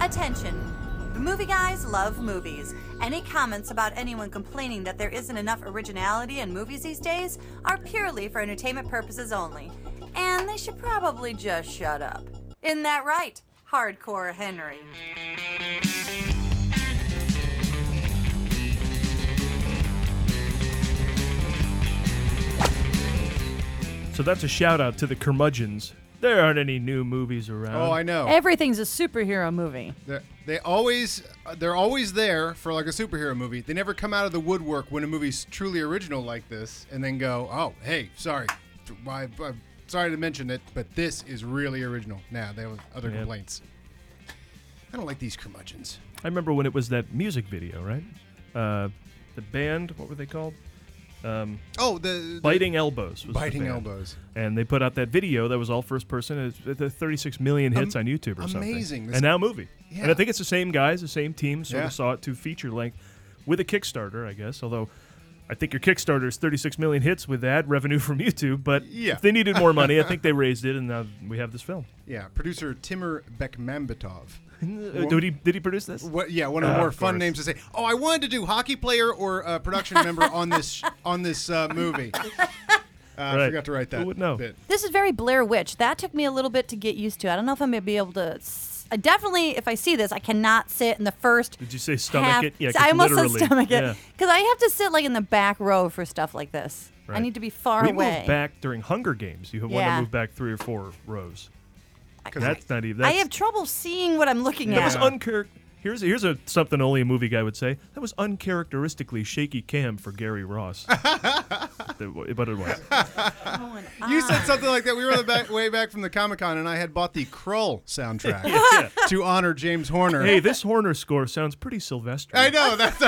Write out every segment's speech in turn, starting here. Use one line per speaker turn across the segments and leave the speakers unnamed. Attention! The movie guys love movies. Any comments about anyone complaining that there isn't enough originality in movies these days are purely for entertainment purposes only. And they should probably just shut up. Isn't that right, Hardcore Henry?
So that's a shout out to the curmudgeons. There aren't any new movies around.
Oh, I know.
Everything's a superhero movie.
They're- they always uh, they're always there for like a superhero movie. They never come out of the woodwork when a movie's truly original like this, and then go, "Oh, hey, sorry, I, I, sorry to mention it, but this is really original." Now nah, they have other
Yeah.
complaints. I don't like these curmudgeons.
I remember when it was that music video, right? Uh, the band, what were they called?
Oh, the, the
Biting Elbows. Was the
biting
band.
elbows.
And they put out that video that was all first person. It's- It's uh, 36 million hits
Am-
on YouTube or something.
amazing. This-
And now a movie. And
Yeah.
I think it's the same guys, the same team. Sort
Yeah.
of saw it to feature length with a Kickstarter, I guess. Although I think your Kickstarter is 36 million hits with ad revenue from YouTube. But
Yeah.
if they needed more money, I think they raised it, and now we have this film.
Yeah, producer Timur Bekmambetov.
Uh, did, he, did he produce this?
What, yeah, one of
Uh,
the more
of
fun
course.
names to say. Oh, I wanted to do hockey player or uh, production member on this sh- on this uh, movie. Uh, I
Right.
forgot to write
Who
that.
would know?
bit.
This is very Blair Witch. That took me a little bit to get used to. I don't know if I'm gonna be able to. s- I definitely, if I see this, I cannot sit in the first.
Did you say stomach
half-
it? Yeah, 'cause
I almost
literally,
said stomach
yeah.
it because I have to sit like in the back row for stuff like this. I
Right.
need to be far
we
away.
moved back during Hunger Games. You want
Yeah.
to move back three or four rows.
'Cause
That's not even.
I
That's,
have trouble seeing what I'm looking
That
at.
was unchar- Here's here's a something only a movie guy would say. That was uncharacteristically shaky cam for Gary Ross. The w- but it was.
Oh,
You said
ah,
something like that. We were the back, way back from the Comic Con, and I had bought the Krull soundtrack to honor James Horner.
Hey, this Horner score sounds pretty Sylvester.
I know that's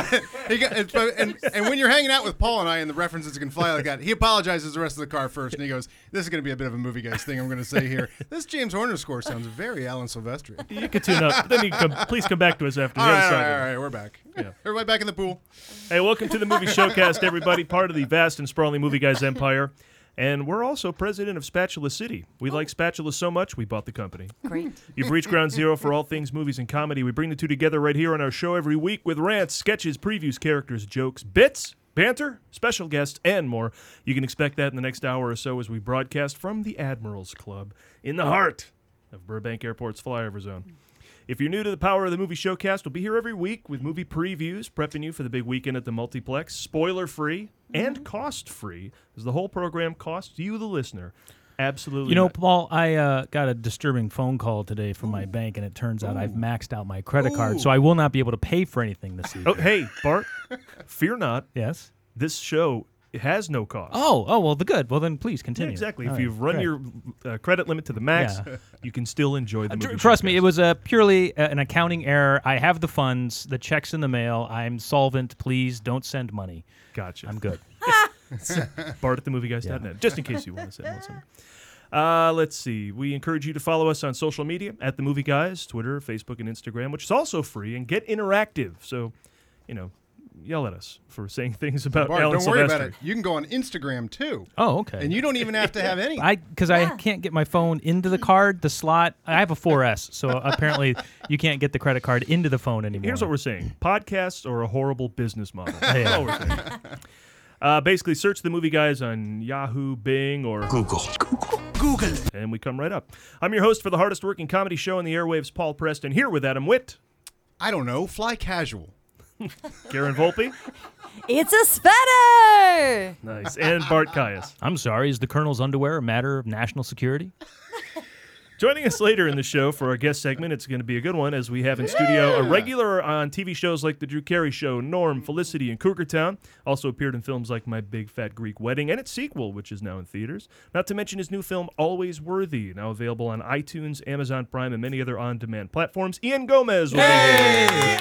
he got, it's, and and when you're hanging out with Paul and I and the references can fly like that, he apologizes the rest of the car first, and he goes, "This is going to be a bit of a movie guys thing. I'm going to say here. This James Horner score sounds very Alan Silvestri."
You could tune up. Then you can come, please come back to us after the
All
other
right, all
side.
right, all right, we're back.
Yeah.
Everybody back in the pool.
Hey, welcome to the Movie Showcast, everybody. Part of the vast and sprawling Movie Guys empire. And we're also president of Spatula City. We like spatulas so much, we bought the company.
Great.
You've reached ground zero for all things movies and comedy. We bring the two together right here on our show every week with rants, sketches, previews, characters, jokes, bits, banter, special guests, and more. You can expect that in the next hour or so as we broadcast from the Admirals Club in the heart of Burbank Airport's flyover zone. If you're new to the Power of the Movie Showcast, we'll be here every week with movie previews, prepping you for the big weekend at the multiplex, spoiler free
Mm-hmm.
and cost free, as the whole program costs you, the listener, absolutely.
You know,
nothing.
Paul, I uh, got a disturbing phone call today from my bank, and it turns out I've maxed out my credit card, so I will not be able to pay for anything this evening.
Oh, hey, Bart, fear not.
Yes.
this show has no cost.
Oh, oh well, the good. Well, then please
Yeah,
continue.
exactly.
All
if
right,
you've run
great.
your uh, credit limit to the max,
Yeah.
you can still enjoy the
Tr-
movie.
Uh, trust me,
showcase.
it was a purely uh, an accounting error. I have the funds, the checks in the mail. I'm solvent. Please don't send money.
Gotcha.
I'm good.
Bart at themovieguys.net, just in case you want to send one somewhere. Uh, let's see. We encourage you to follow us on social media at The Movie Guys, Twitter, Facebook, and Instagram, which is also free, and get interactive. So, you know, yell at us for saying things about
Bart,
Uh, Alan
don't worry about
Silvestri.
it. You can go on Instagram too,
Oh, okay.
and you don't even have to have any.
I because I can't get my phone into the card, the slot. I have a 4S, so apparently you can't get the credit card into the phone anymore.
Here's what we're saying: podcasts are a horrible business model. That's
Yeah.
all we're saying. Uh, basically, search the movie guys on Yahoo, Bing, or Google. Google. Google. And we come right up. I'm your host for the hardest working comedy show on the airwaves, Paul Preston, here with Adam Witt,
I don't know. Fly casual.
Garen Volpe,
It's a sweater!
nice, and Bart Caius.
I'm sorry. Is the colonel's underwear a matter of national security?
Joining us later in the show for our guest segment, it's going to be a good one as we have in studio a regular on TV shows like The Drew Carey Show, Norm, Felicity, and Cougar Town. Also appeared in films like My Big Fat Greek Wedding and its sequel, which is now in theaters. Not to mention his new film, Always Worthy, now available on iTunes, Amazon Prime, and many other on demand platforms. Ian Gomez will be here.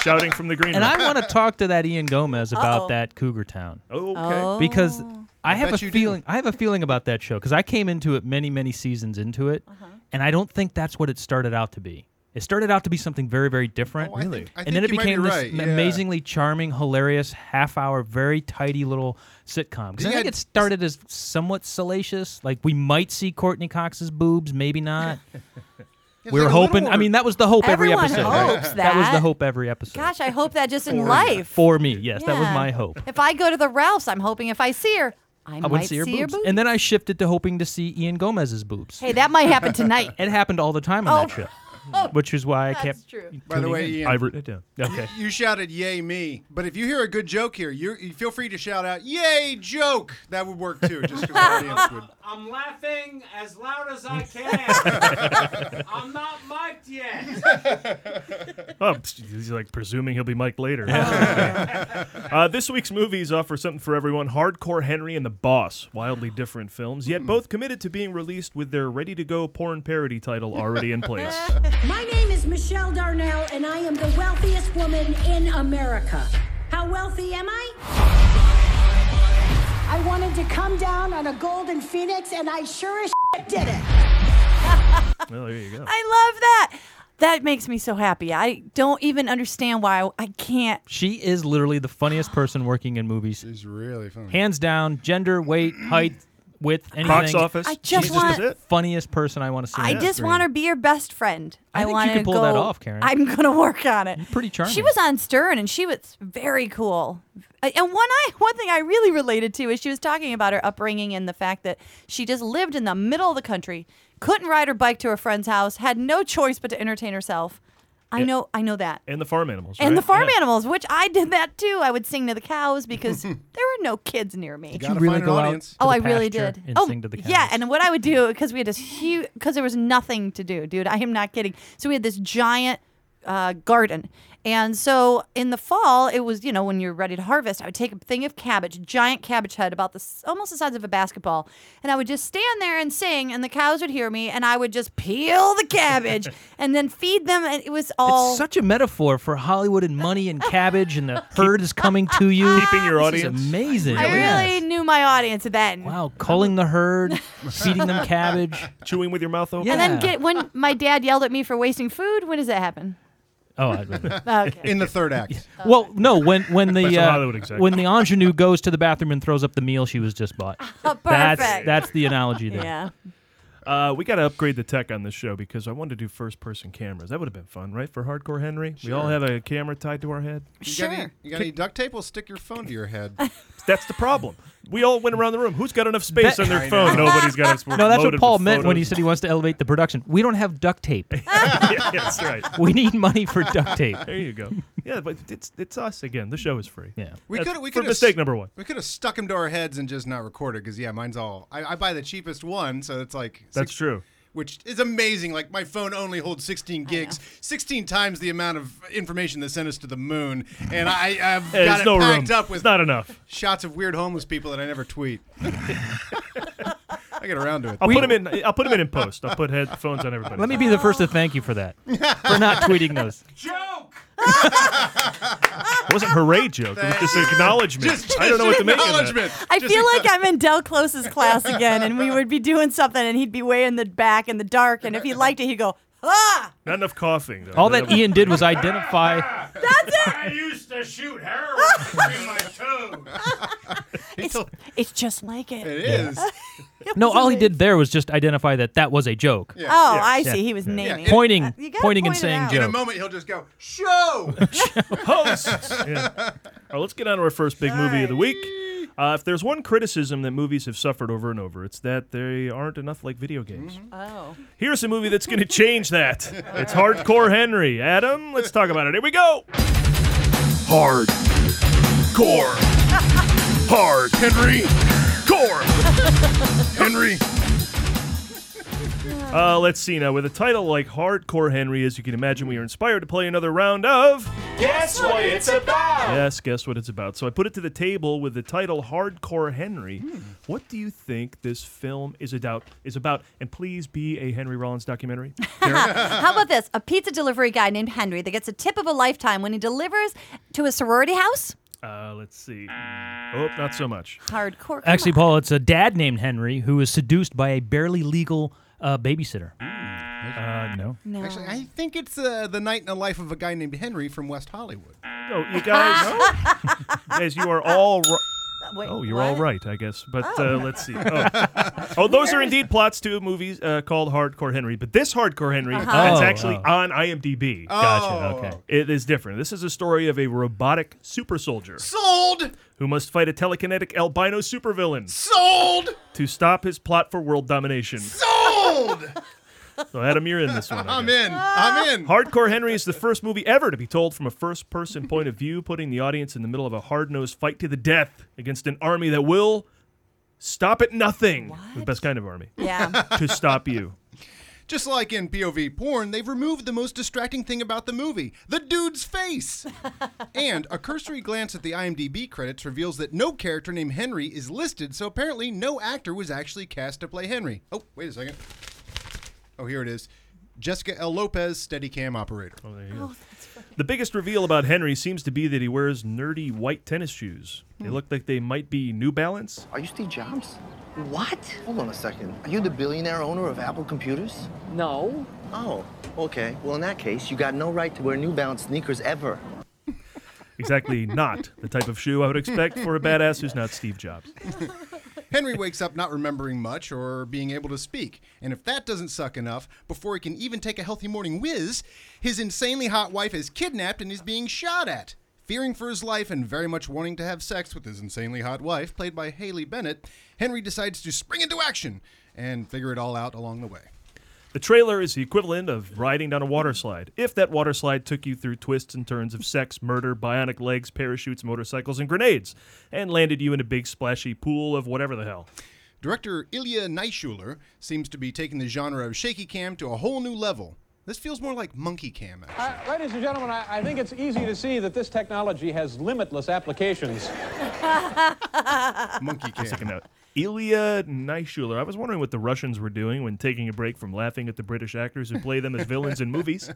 shouting from the green
And
room.
I want to talk to that Ian Gomez about
Uh-oh.
that Cougar Town
Okay.
because I have a
Oh. bet you do.
feeling. I have a feeling about that show because I came into it many, many seasons into it,
Uh-huh.
and I don't think that's what it started out to be. It started out to be something very, very different.
Oh, I think- Really? I
and then it
think you might be
became this
right,
m-
yeah.
amazingly charming, hilarious, half-hour, very tidy little sitcom. Because I
They
think
had-
it started as somewhat salacious. Like we might see Courtney Cox's boobs, maybe not.
it's
we
like
were
a Little
hoping. I
Order.
mean, that was the hope
Everyone
every episode.
hopes
that. was the
that.
hope every episode.
Gosh, I hope that just in life.
For me, yes, that was
Yeah.
my hope.
If I go to the Ralphs, I'm hoping if I see her, I,
I
might
wouldn't see her boobs.
boob.
And then I shifted to hoping to see Ian Gomez's boobs.
hey, that might happen tonight.
It happened all the time on
Oh.
that show, which is why I kept.
true.
By the
tuning
way,
in.
Ian,
I've written it down. Okay.
you shouted "Yay me!" But if you hear a good joke here, you, you feel free to shout out "Yay joke." That would work too, just because the audience would.
I'm laughing as loud as I can. I'm not mic'd yet.
Oh, he's like presuming he'll be mic'd later. uh, this week's movies offer something for everyone. Hardcore Henry and The Boss, wildly different films, yet both committed to being released with their ready-to-go porn parody title already in place.
My name is Michelle Darnell, and I am the wealthiest woman in America. How wealthy am I? I wanted to come down on a golden phoenix, and I sure as shit did it.
well, there you go.
I love that. That makes me so happy. I don't even understand why I, I can't.
She is literally the funniest person working in movies,
It's really fun.
hands down. Gender, weight, height, width, anything.
Box office.
I just
Jesus
want-
is it.
Funniest person I want to see.
I
on
just
screen.
want to be your best friend. I,
I think you
want
could
to
pull
go,
that off, Karen.
I'm gonna work on it. You're
pretty
She
charming.
was on Stern, and she was very cool. Uh, And one I one thing I really related to is she was talking about her upbringing and the fact that she just lived in the middle of the country, couldn't ride her bike to her friend's house, had no choice but to entertain herself. I know, I know that.
And the farm animals.
and the
right?
farm
Yeah.
animals, which I did that too. I would sing to the cows because there were no kids near me.
Gotta
really
find an
go out-
audience.
to
Oh,
the
I really
pasture
did.
and
oh,
sing to the
yeah.
cows.
And what I would do because we had this huge because there was nothing to do, dude. I am not kidding. So we had this giant uh, garden, and so in the fall it was you know when you're ready to harvest, I would take a thing of cabbage, giant cabbage head about this almost the size of a basketball, and I would just stand there and sing, and the cows would hear me, and I would just peel the cabbage and then feed them, and it was all
It's such a metaphor for Hollywood and money and cabbage and the herd is coming to you.
Keeping your
This is
audience.
amazing.
I really
Yes.
knew my audience then.
Wow, culling the herd, feeding them cabbage.
Chewing with your mouth open.
Yeah.
And then get when my dad yelled at me for wasting food. When does that happen?
Oh, I,
Okay.
In the third act.
well, no. When when the
That's a Hollywood
uh,
exec.
when the ingenue goes to the bathroom and throws up the meal she was just bought.
Oh,
That's
perfect.
that's the analogy there.
yeah.
Uh, we got to upgrade the tech on this show because I wanted to do first-person cameras. That would have been fun, right? For Hardcore Henry, we all have a camera tied to our head.
You got, any, you got any duct tape? We'll stick your phone to your head.
That's the problem. We all went around the room. Who's got enough space
That-
on their phone? Nobody's got enough.
No, that's what Paul meant when he said he wants to elevate the production. We don't have duct tape.
yeah, that's right.
We need money for duct tape.
There you go. Yeah, but it's it's us again. The show is free.
Yeah.
We
That's
could we
for
could
mistake number one.
We could have stuck them to our heads and just not recorded because yeah, mine's all. I, I buy the cheapest one, so it's like
That's true.
which is amazing. Like my phone only holds 16 gigs, 16 times the amount of information that sent us to the moon, and I, I've
Hey,
got
There's
it
no room.
packed up with
it's not enough.
shots of weird homeless people that I never tweet. I get around to it.
I'll put him in. I'll put him in in post. I'll put headphones on everybody.
Let me be the first to thank you for that for not tweeting those.
Joke!
It wasn't hooray joke. It was just acknowledgement.
Just-
I don't know what to make of that.
Acknowledgement.
I
Just
feel like I'm in Del Close's class again, and we would be doing something, and he'd be way in the back in the dark, and if he liked it, he'd go, ah!
Not enough coughing. Though.
All that E Ian did was identify.
I used to shoot heroin in my toes.
It's, it's just like it.
It is.
No, all he did there was just identify that that was a joke.
Yeah.
Oh,
Yeah.
I see. He was naming.
Yeah.
Pointing,
You gotta
pointing, and
point it
saying
out.
In a
joke.
moment, he'll just go, show!
hosts. Yeah. All right, let's get on to our first big movie of the week. Uh, if there's one criticism that movies have suffered over and over, it's that they aren't enough like video games.
Oh.
Here's a movie that's going to change that. It's Hardcore Henry. Adam, let's talk about it. Here we go. Hard. Core. Hard. Henry. Core.
Henry!
Uh, let's see now. With a title like Hardcore Henry, as you can imagine, we are inspired to play another round of.
Guess what it's about?
Yes, guess what it's about. So I put it to the table with the title Hardcore Henry.
Hmm.
What do you think this film is about? Is about and please be a Henry Rollins documentary.
How about this? A pizza delivery guy named Henry that gets a tip of a lifetime when he delivers to a sorority house?
uh, let's see. Oh, not so much.
Hardcore. come
Actually,
on.
Paul, it's a dad named Henry who is seduced by a barely legal uh, babysitter. Uh, no.
No.
Actually, I think it's uh, the night and the life of a guy named Henry from West Hollywood.
Oh, you guys, guys, you are all. Ro-
Wait,
Oh, you're
what?
all right, I guess. But uh, let's see. Oh. Oh, those are indeed plots to movies uh, called Hardcore Henry. But this Hardcore Henry, that's
Oh,
actually
oh.
on IMDb. Oh.
Gotcha. Okay.
It is different. This is a story of a robotic super soldier
Sold!
who must fight a telekinetic albino supervillain
Sold!
to stop his plot for world domination.
Sold!
So, Adam, you're in this one. I
I'm
guess.
in. I'm in.
Hardcore Henry is the first movie ever to be told from a first person point of view, putting the audience in the middle of a hard nosed fight to the death against an army that will stop at nothing. The best kind of army
Yeah.
to stop you.
Just like in POV porn, they've removed the most distracting thing about the movie the dude's face. and a cursory glance at the IMDb credits reveals that no character named Henry is listed, so apparently no actor was actually cast to play Henry. Oh, wait a second. Oh, here it is Jessica L. Lopez, Steadicam operator.
The biggest reveal about Henry seems to be that he wears nerdy white tennis shoes. They look like they might be New Balance.
Are you Steve Jobs? What? Hold on a second. Are you the billionaire owner of Apple Computers?
No.
Oh, okay. Well, in that case, you got no right to wear New Balance sneakers ever.
Exactly not the type of shoe I would expect for a badass who's not Steve Jobs.
Henry wakes up not remembering much or being able to speak. And if that doesn't suck enough, before he can even take a healthy morning whiz, his insanely hot wife is kidnapped and is being shot at. Fearing for his life and very much wanting to have sex with his insanely hot wife, played by Haley Bennett, Henry decides to spring into action and figure it all out along the way.
The trailer is the equivalent of riding down a water slide. If that water slide took you through twists and turns of sex, murder, bionic legs, parachutes, motorcycles, and grenades, and landed you in a big splashy pool of whatever the hell.
Director Ilya Naishuler seems to be taking the genre of shaky cam to a whole new level. This feels more like monkey cam, actually.
Uh, ladies and gentlemen, I, I think it's easy to see that this technology has limitless applications.
monkey cam.
Second note. Ilya Naishuler. I was wondering what the Russians were doing when taking a break from laughing at the British actors who play them as villains in movies.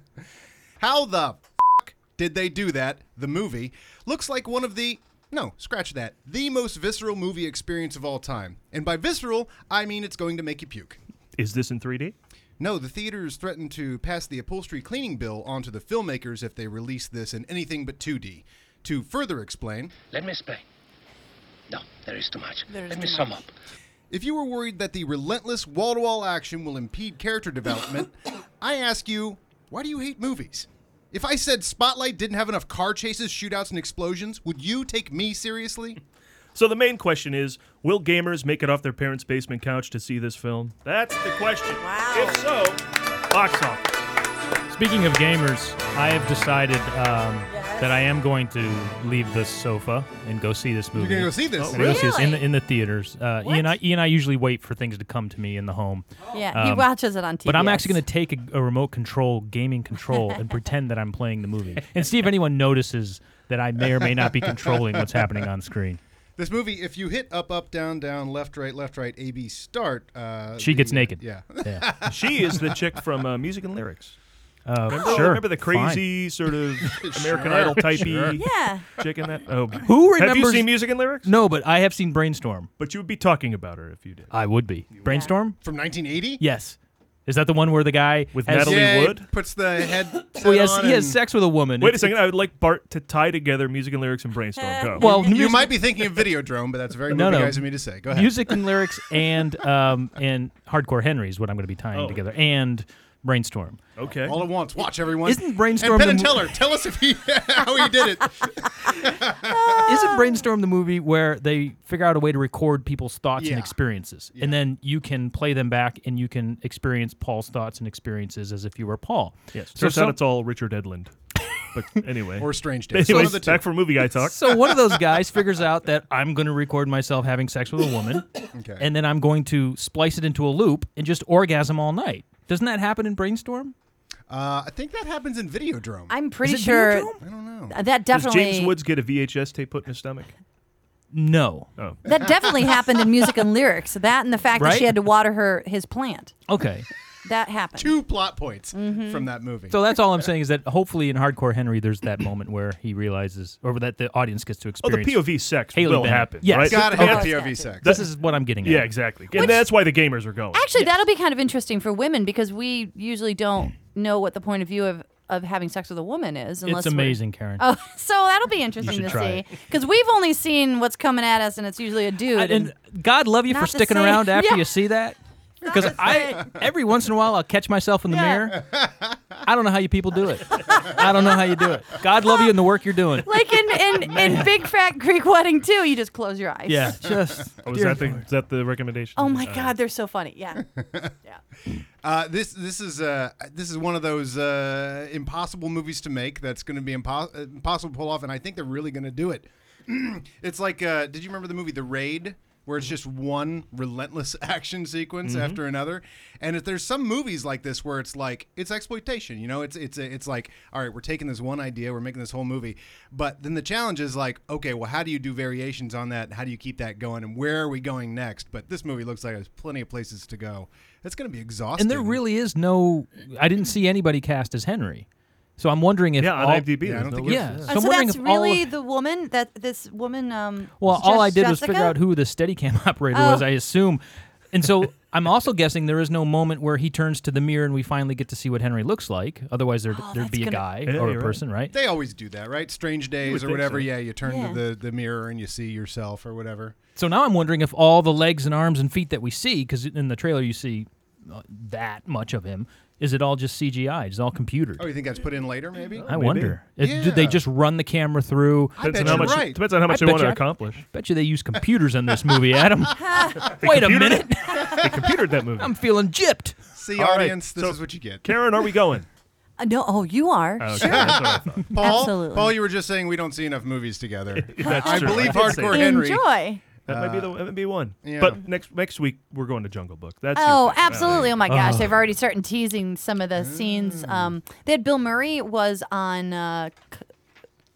How the f- did they do that? The movie looks like one of the no, scratch that. The most visceral movie experience of all time. And by visceral, I mean it's going to make you puke.
Is this in 3D?
No, the theaters threatened to pass the upholstery cleaning bill onto the filmmakers if they release this in anything but 2D. To further explain,
Let me explain. No, there is too much.
There is
Let
too
me sum up.
if you were worried that the relentless wall to wall action will impede character development, I ask you, why do you hate movies? If I said Spotlight didn't have enough car chases, shootouts, and explosions, would you take me seriously?
So the main question is, will gamers make it off their parents' basement couch to see this film? That's the question.
Wow.
If so, box office.
Speaking of gamers, I have decided um, that I am going to leave this sofa and go see this movie.
You're gonna go see this.
I'm gonna go see this in the
Really?
in the theaters. Uh,
What?
Ian, I, Ian, I usually wait for things to come to me in the home,
Yeah. He
Um,
watches it on TV.
but I'm actually going to take a, a remote control, gaming control, and pretend that I'm playing the movie and see if anyone notices that I may or may not be controlling what's happening on screen.
This movie, if you hit up, up, down, down, left, right, left, right, A, B, start. Uh,
She gets
the-
naked.
Yeah.
Yeah,
She is the chick from uh, Music and Lyrics.
uh,
Remember,
sure.
remember the
fine.
crazy sort of American Idol typey
Yeah.
chick in that? Oh,
Who
Have you
remembers-
seen Music and Lyrics?
No, but I have seen Brainstorm.
But you would be talking about her if you did.
I would be Brainstorm.
From 1980?
Yes, is that the one where the guy
With
has-
Natalie
Yeah, he
Wood?
puts the head.
Well, he has,
on
he has
and-
sex with a woman.
Wait a
It's-
second. I would like Bart to tie together Music and Lyrics and Brainstorm. Go.
Well,
You
music-
might be thinking of Videodrome, but that's very
No,
movie
no.
guys of me to say. Go ahead.
music and lyrics and um and hardcore Henry is what I'm going to be tying
Oh.
together and brainstorm.
okay.
All at once. Watch everyone.
Isn't Brainstorm
And Penn
the
and
mo-
Teller, tell us if he how he did it.
Isn't brainstorm the movie where they figure out a way to record people's thoughts
Yeah.
and experiences, and then you can play them back and you can experience Paul's thoughts and experiences as if you were Paul.
Yes.
So
Turns out
some-
it's all Richard Edlund. But anyway.
Or Strange Days. One
Anyways,
of the two.
back for movie guy talk.
So one of those guys figures out that I'm going to record myself having sex with a woman,
Okay.
and then I'm going to splice it into a loop and just orgasm all night. Doesn't that happen in brainstorm?
Uh, I think that happens in Videodrome.
I'm pretty
Is it
sure
Videodrome?
I don't know.
that
Does
definitely
James Woods get a VHS tape put in his stomach?
No.
Oh.
that definitely happened in music and lyrics. That and the fact that she
Right?
had to water her his plant.
Okay.
That happened.
Two plot points from that movie.
So that's all I'm saying is that hopefully in Hardcore Henry, there's that moment where he realizes, or that the audience gets to
Oh, the
experience.
POV sex
Haley
will
Bennett.
happen.
Yes.
Right?
Gotta
Okay.
have
Oh,
POV
yeah.
sex.
This is what I'm getting at.
Yeah, exactly.
Which-
And that's why the gamers are going.
Actually, that'll be kind of interesting for women because we usually don't know what the point of view of of having sex with a woman is.
It's
Unless we're-
amazing, Karen.
Oh, so that'll be interesting
should
to
try
see
it.
because we've only seen what's coming at us, and it's usually a dude.
and God love you
Not
for
the
sticking
same.
around after
Yeah.
you see that. Because I every once in a while I'll catch myself in the mirror. I don't know how you people do it. I don't know how you do it. God love you and the work you're doing.
like in in, in Big Fat Greek Wedding too, you just close your eyes.
Yeah, just.
Oh, is that the is that the recommendation?
Oh my
Uh,
God, they're so funny. Yeah.
Uh, this this is uh, this is one of those uh, impossible movies to make. That's going to be impo- uh, impossible to pull off, and I think they're really going to do it. it's like, uh, did you remember the movie The Raid, where
Mm-hmm.
it's just one relentless action sequence
Mhm.
after another? And if there's some movies like this where it's like it's exploitation, you know, it's it's it's like, all right, we're taking this one idea, we're making this whole movie, but then the challenge is like, okay, well, how do you do variations on that? How do you keep that going, and where are we going next? But this movie looks like there's plenty of places to go. That's going to be exhausting.
And there really is no. I didn't see anybody cast as Henry, so I'm wondering if
Yeah, on
all-
IMDb, Yeah, I there's don't no think list.
yeah.
Yeah.
So
And
I'm
Oh, so
wondering
that's
if all
really the woman that this woman. Um,
Well,
was
all I
just
did was figure
Jessica?
out who the Steadicam operator
Oh.
was. I assume, and so I'm also guessing there is no moment where he turns to the mirror and we finally get to see what Henry looks like. Otherwise, there
Oh,
there'd be a guy or a person, right?
They always do that, right? Strange days or
think
whatever.
so.
Yeah, you turn
Yeah.
to the, the mirror and you see yourself or whatever.
So now I'm wondering if all the legs and arms and feet that we see, because in the trailer you see uh, that much of him, is it all just CGI? Is it all computer?
Oh, you think that's put in later, maybe?
I wonder. It- Did they just run the camera through?
I Depends bet on how you're much- right.
depends on how much they
I bet
want to
you-
accomplish.
I bet you they use computers in this movie, Adam.
They
Wait a
computered
minute.
it. they computered that movie.
I'm feeling gypped.
See,
All right,
audience, this
so-
is what you get.
Karen, are we going?
Uh, no, oh, you are.
Okay,
sure.
that's what I thought.
Paul,
Absolutely.
Paul, you were just saying we don't see enough movies together.
That's
I
true. did
believe
say
Oh,
Hardcore
that.
Henry.
That might be the
Uh,
that might be one.
yeah.
But next next week we're going to Jungle Book. That's your
oh,
thing.
absolutely! Oh my gosh,
Oh.
they've already started teasing some of the scenes. Um, they had Bill Murray was on. Uh, c-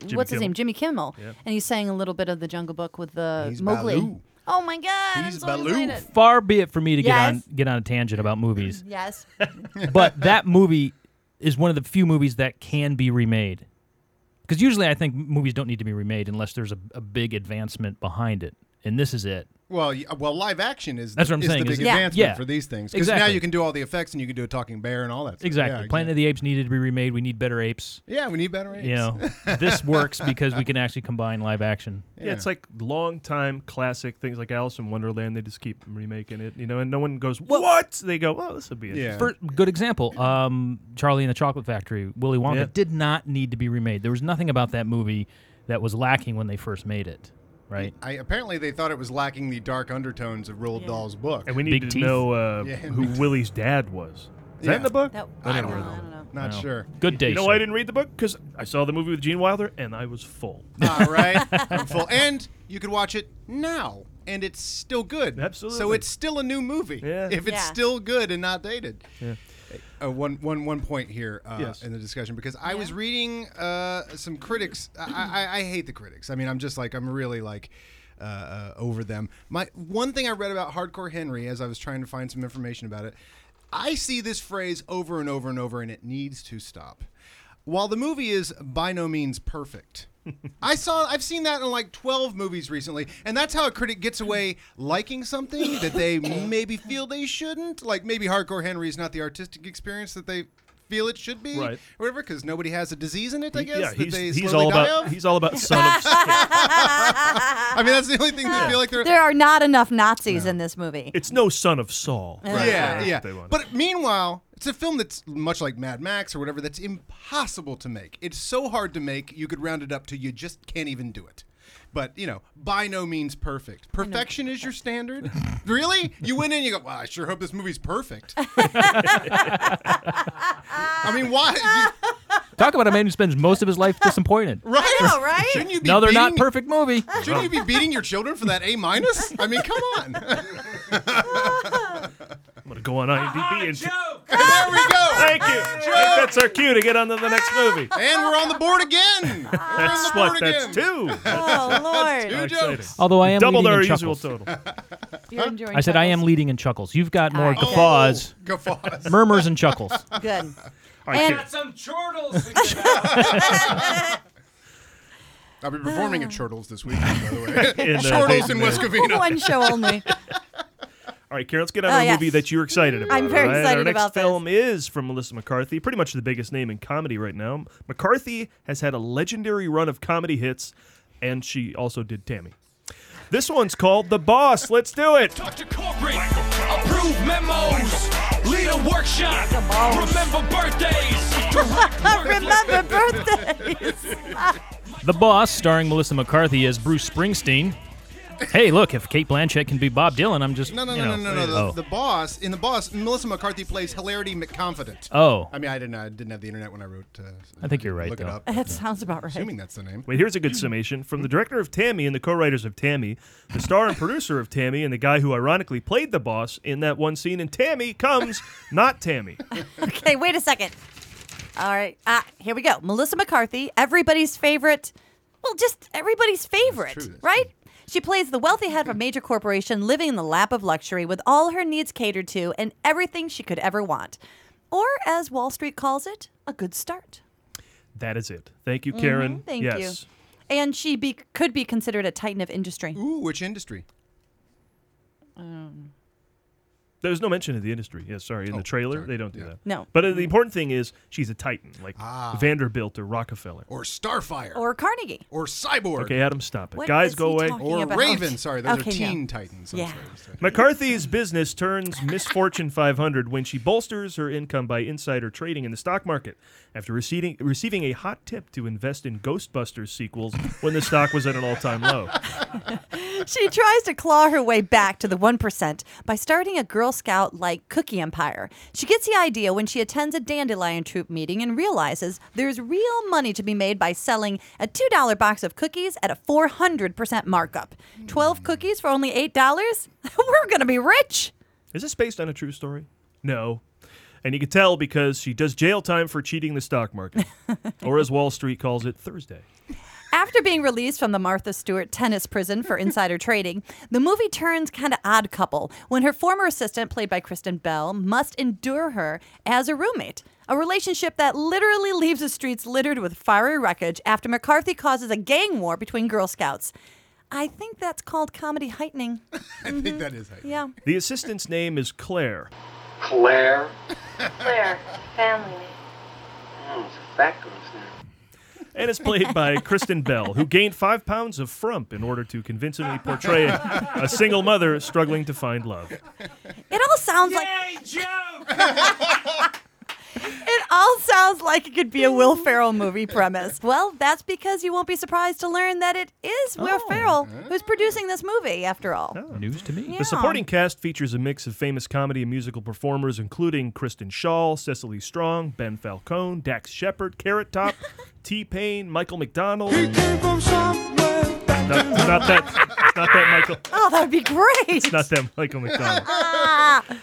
Jimmy
what's his
Kimmel.
name? Jimmy Kimmel,
Yeah.
and he's sang a little bit of the Jungle Book with the
Uh,
He's
Mowgli.
Baloo.
Oh my God! I'm so excited.
Far be it for me to get
Yes.
on get on a tangent about movies,
Yes.
but that movie is one of the few movies that can be remade. Because usually I think movies don't need to be remade unless there's a, a big advancement behind it, and this is it.
Well, y- well, live action is
That's
the,
what I'm
is
saying,
the
is
big
it- Yeah.
advancement
Yeah.
for these things because now
Exactly.
you can do all the effects and you can do a talking bear and all that. Stuff.
Exactly.
Yeah,
Planet of the Apes needed to be remade. We need better apes.
Yeah, we need better apes.
You know, this works because we can actually combine live action.
Yeah. it's like long time classic things like Alice in Wonderland. They just keep remaking it, you know, and no one goes, "What?" They go, "Oh, this would be interesting."
For, good example, um, Charlie and the Chocolate Factory, Willy Wonka
Yeah.
did not need to be remade. There was nothing about that movie that was lacking when they first made it, right?
I, apparently they thought it was lacking the dark undertones of Roald Dahl's book.
And we need
Big
to
teeth.
know uh,
Yeah,
who Willie's dad was. Is
Yeah.
that in the book?
That-
I,
I
never
don't
read
know,
the
I don't
book.
know. Not
No.
sir.
Good day,
You know why I
sir.
didn't read the book? Because I saw the movie with Gene Wilder and I was full.
All right. I'm full. And you could watch it now, and it's still good.
Absolutely.
So it's still a new movie.
Yeah.
If it's
Yeah.
still good and not dated.
Yeah.
Uh, one, one, one point here uh,
Yes.
in the discussion because I was reading uh, some critics. I, I, I hate the critics. I mean, I'm just like I'm really like uh, uh, over them. My one thing I read about Hardcore Henry as I was trying to find some information about it, I see this phrase over and over and over, and it needs to stop. While the movie is by no means perfect, I saw I've seen that in like 12 movies recently, and that's how a critic gets away liking something that they maybe feel they shouldn't. Like maybe Hardcore Henry is not the artistic experience that they feel it should be,
Right.
or whatever, because nobody has a disease in it. I
He-
guess
yeah,
that
he's-
they
he's
slowly
all
die
about-
of.
he's all about son of-
I mean, that's the only thing they feel like they're.
There are not enough Nazis in this movie.
It's no son of Saul.
Right. Yeah,
That's
yeah.
what they want.
But meanwhile, it's a film that's much like Mad Max or whatever that's impossible to make. It's so hard to make, you could round it up to you just can't even do it. But, you know, by no means perfect. Perfection is your standard? really? You went in, you go, well, I sure hope this movie's perfect. I mean, why?
Talk about a man who spends most of his life disappointed.
Right?
I know,
right?
Shouldn't you be
No, they're not
beating-
perfect movie.
Shouldn't you be beating your children for that A minus? I mean, come on.
I'm gonna go on
Ah,
Ah,
IMDb and
there we go.
Thank you. I think that's our cue to get on to the next movie.
Ah, And we're on the board again.
That's
We're on the
what.
board
That's
again.
two.
Oh, Lord.
Two
How
jokes.
exciting.
Although I am
doubled
leading
our
in
usual
chuckles.
total.
You're enjoying
I said I am leading in chuckles. You've got more guffaws,
guffaws,
murmurs, and chuckles.
Good.
I
I
And-
got some chortles to get out.
I'll be performing at Chortles this weekend, by the way.
In, uh,
Chortles
Dayton,
in West
Maine.
Covina.
One show only.
All right, Karen, let's get on
Oh,
to a
yes.
movie that you're excited about.
I'm very
all right?
excited
Our next
about this.
film is from Melissa McCarthy, pretty much the biggest name in comedy right now. McCarthy has had a legendary run of comedy hits, and she also did Tammy. This one's called The Boss. Let's do it.
Corporate, approve memos, lead a workshop, remember birthdays, direct
Remember birthdays.
The Boss, starring Melissa McCarthy as Bruce Springsteen. Hey, look, if Kate Blanchett can be Bob Dylan, I'm just
No, no,
you
no,
know,
no, no, no. The,
oh.
the boss in the boss, Melissa McCarthy plays hilarity McConfident.
Oh.
I mean, I didn't, I didn't have the internet when I wrote. Uh,
I think you're right,
Look it
though.
up.
That sounds about right.
Assuming that's the name.
Wait, here's a good summation from the director of Tammy and the co-writers of Tammy, the star and producer of Tammy, and the guy who ironically played the boss in that one scene in Tammy comes not Tammy.
okay, wait a second. All right, ah, here we go. Melissa McCarthy, everybody's favorite. Well, just everybody's favorite, right? She plays the wealthy head of a major corporation living in the lap of luxury with all her needs catered to and everything she could ever want. Or, as Wall Street calls it, a good start.
That is it. Thank you, Karen.
Mhm, thank
yes.
you. And she be, could be considered a titan of industry.
Ooh, which industry?
Um,
There was no mention of the industry. Yeah, sorry. In the trailer, they don't do that.
No.
But uh, the important thing is she's a titan, like Vanderbilt or Rockefeller.
Or Starfire.
or Carnegie.
Or Cyborg.
Okay, Adam, stop it.
What
Guys,
is
go
he
away.
talking
Or
about?
Raven. Sorry, those
Okay,
are
no.
Teen Titans. I'm
Yeah.
sorry.
McCarthy's business turns misfortune 500 when she bolsters her income by insider trading in the stock market after receiving, receiving a hot tip to invest in Ghostbusters sequels when the stock was at an all time low.
she tries to claw her way back to the 1% by starting a Girl Scout like cookie empire. She gets the idea when she attends a dandelion troop meeting and realizes there's real money to be made by selling a $2 box of cookies at a 400% markup. 12 cookies for only $8? We're going to be rich.
Is this based on a true story? No. And you can tell because she does jail time for cheating the stock market, or as Wall Street calls it, Thursday.
After being released from the Martha Stewart tennis prison for insider trading, the movie turns kind of odd couple when her former assistant, played by Kristen Bell, must endure her as a roommate. A relationship that literally leaves the streets littered with fiery wreckage after McCarthy causes a gang war between Girl Scouts. I think that's called comedy heightening.
I
Mm-hmm.
think that is how
Yeah.
The assistant's name is Claire.
Claire.
Claire, family name.
Oh, it's a factor's name.
and is played by Kristen Bell, who gained five pounds of frump in order to convincingly portray a single mother struggling to find love.
It all sounds like. It all sounds like it could be a Will Ferrell movie premise. Well, that's because you won't be surprised to learn that it is Will Ferrell who's producing this movie, after all.
News to me.
Yeah.
The supporting cast features a mix of famous comedy and musical performers, including Kristen Shaw, Cecily Strong, Ben Falcone, Dax Shepard, Carrot Top, T Pain, Michael McDonald. Not, not that, not that Michael.
Oh, that'd be great. Ah,
Not that Michael McDonald.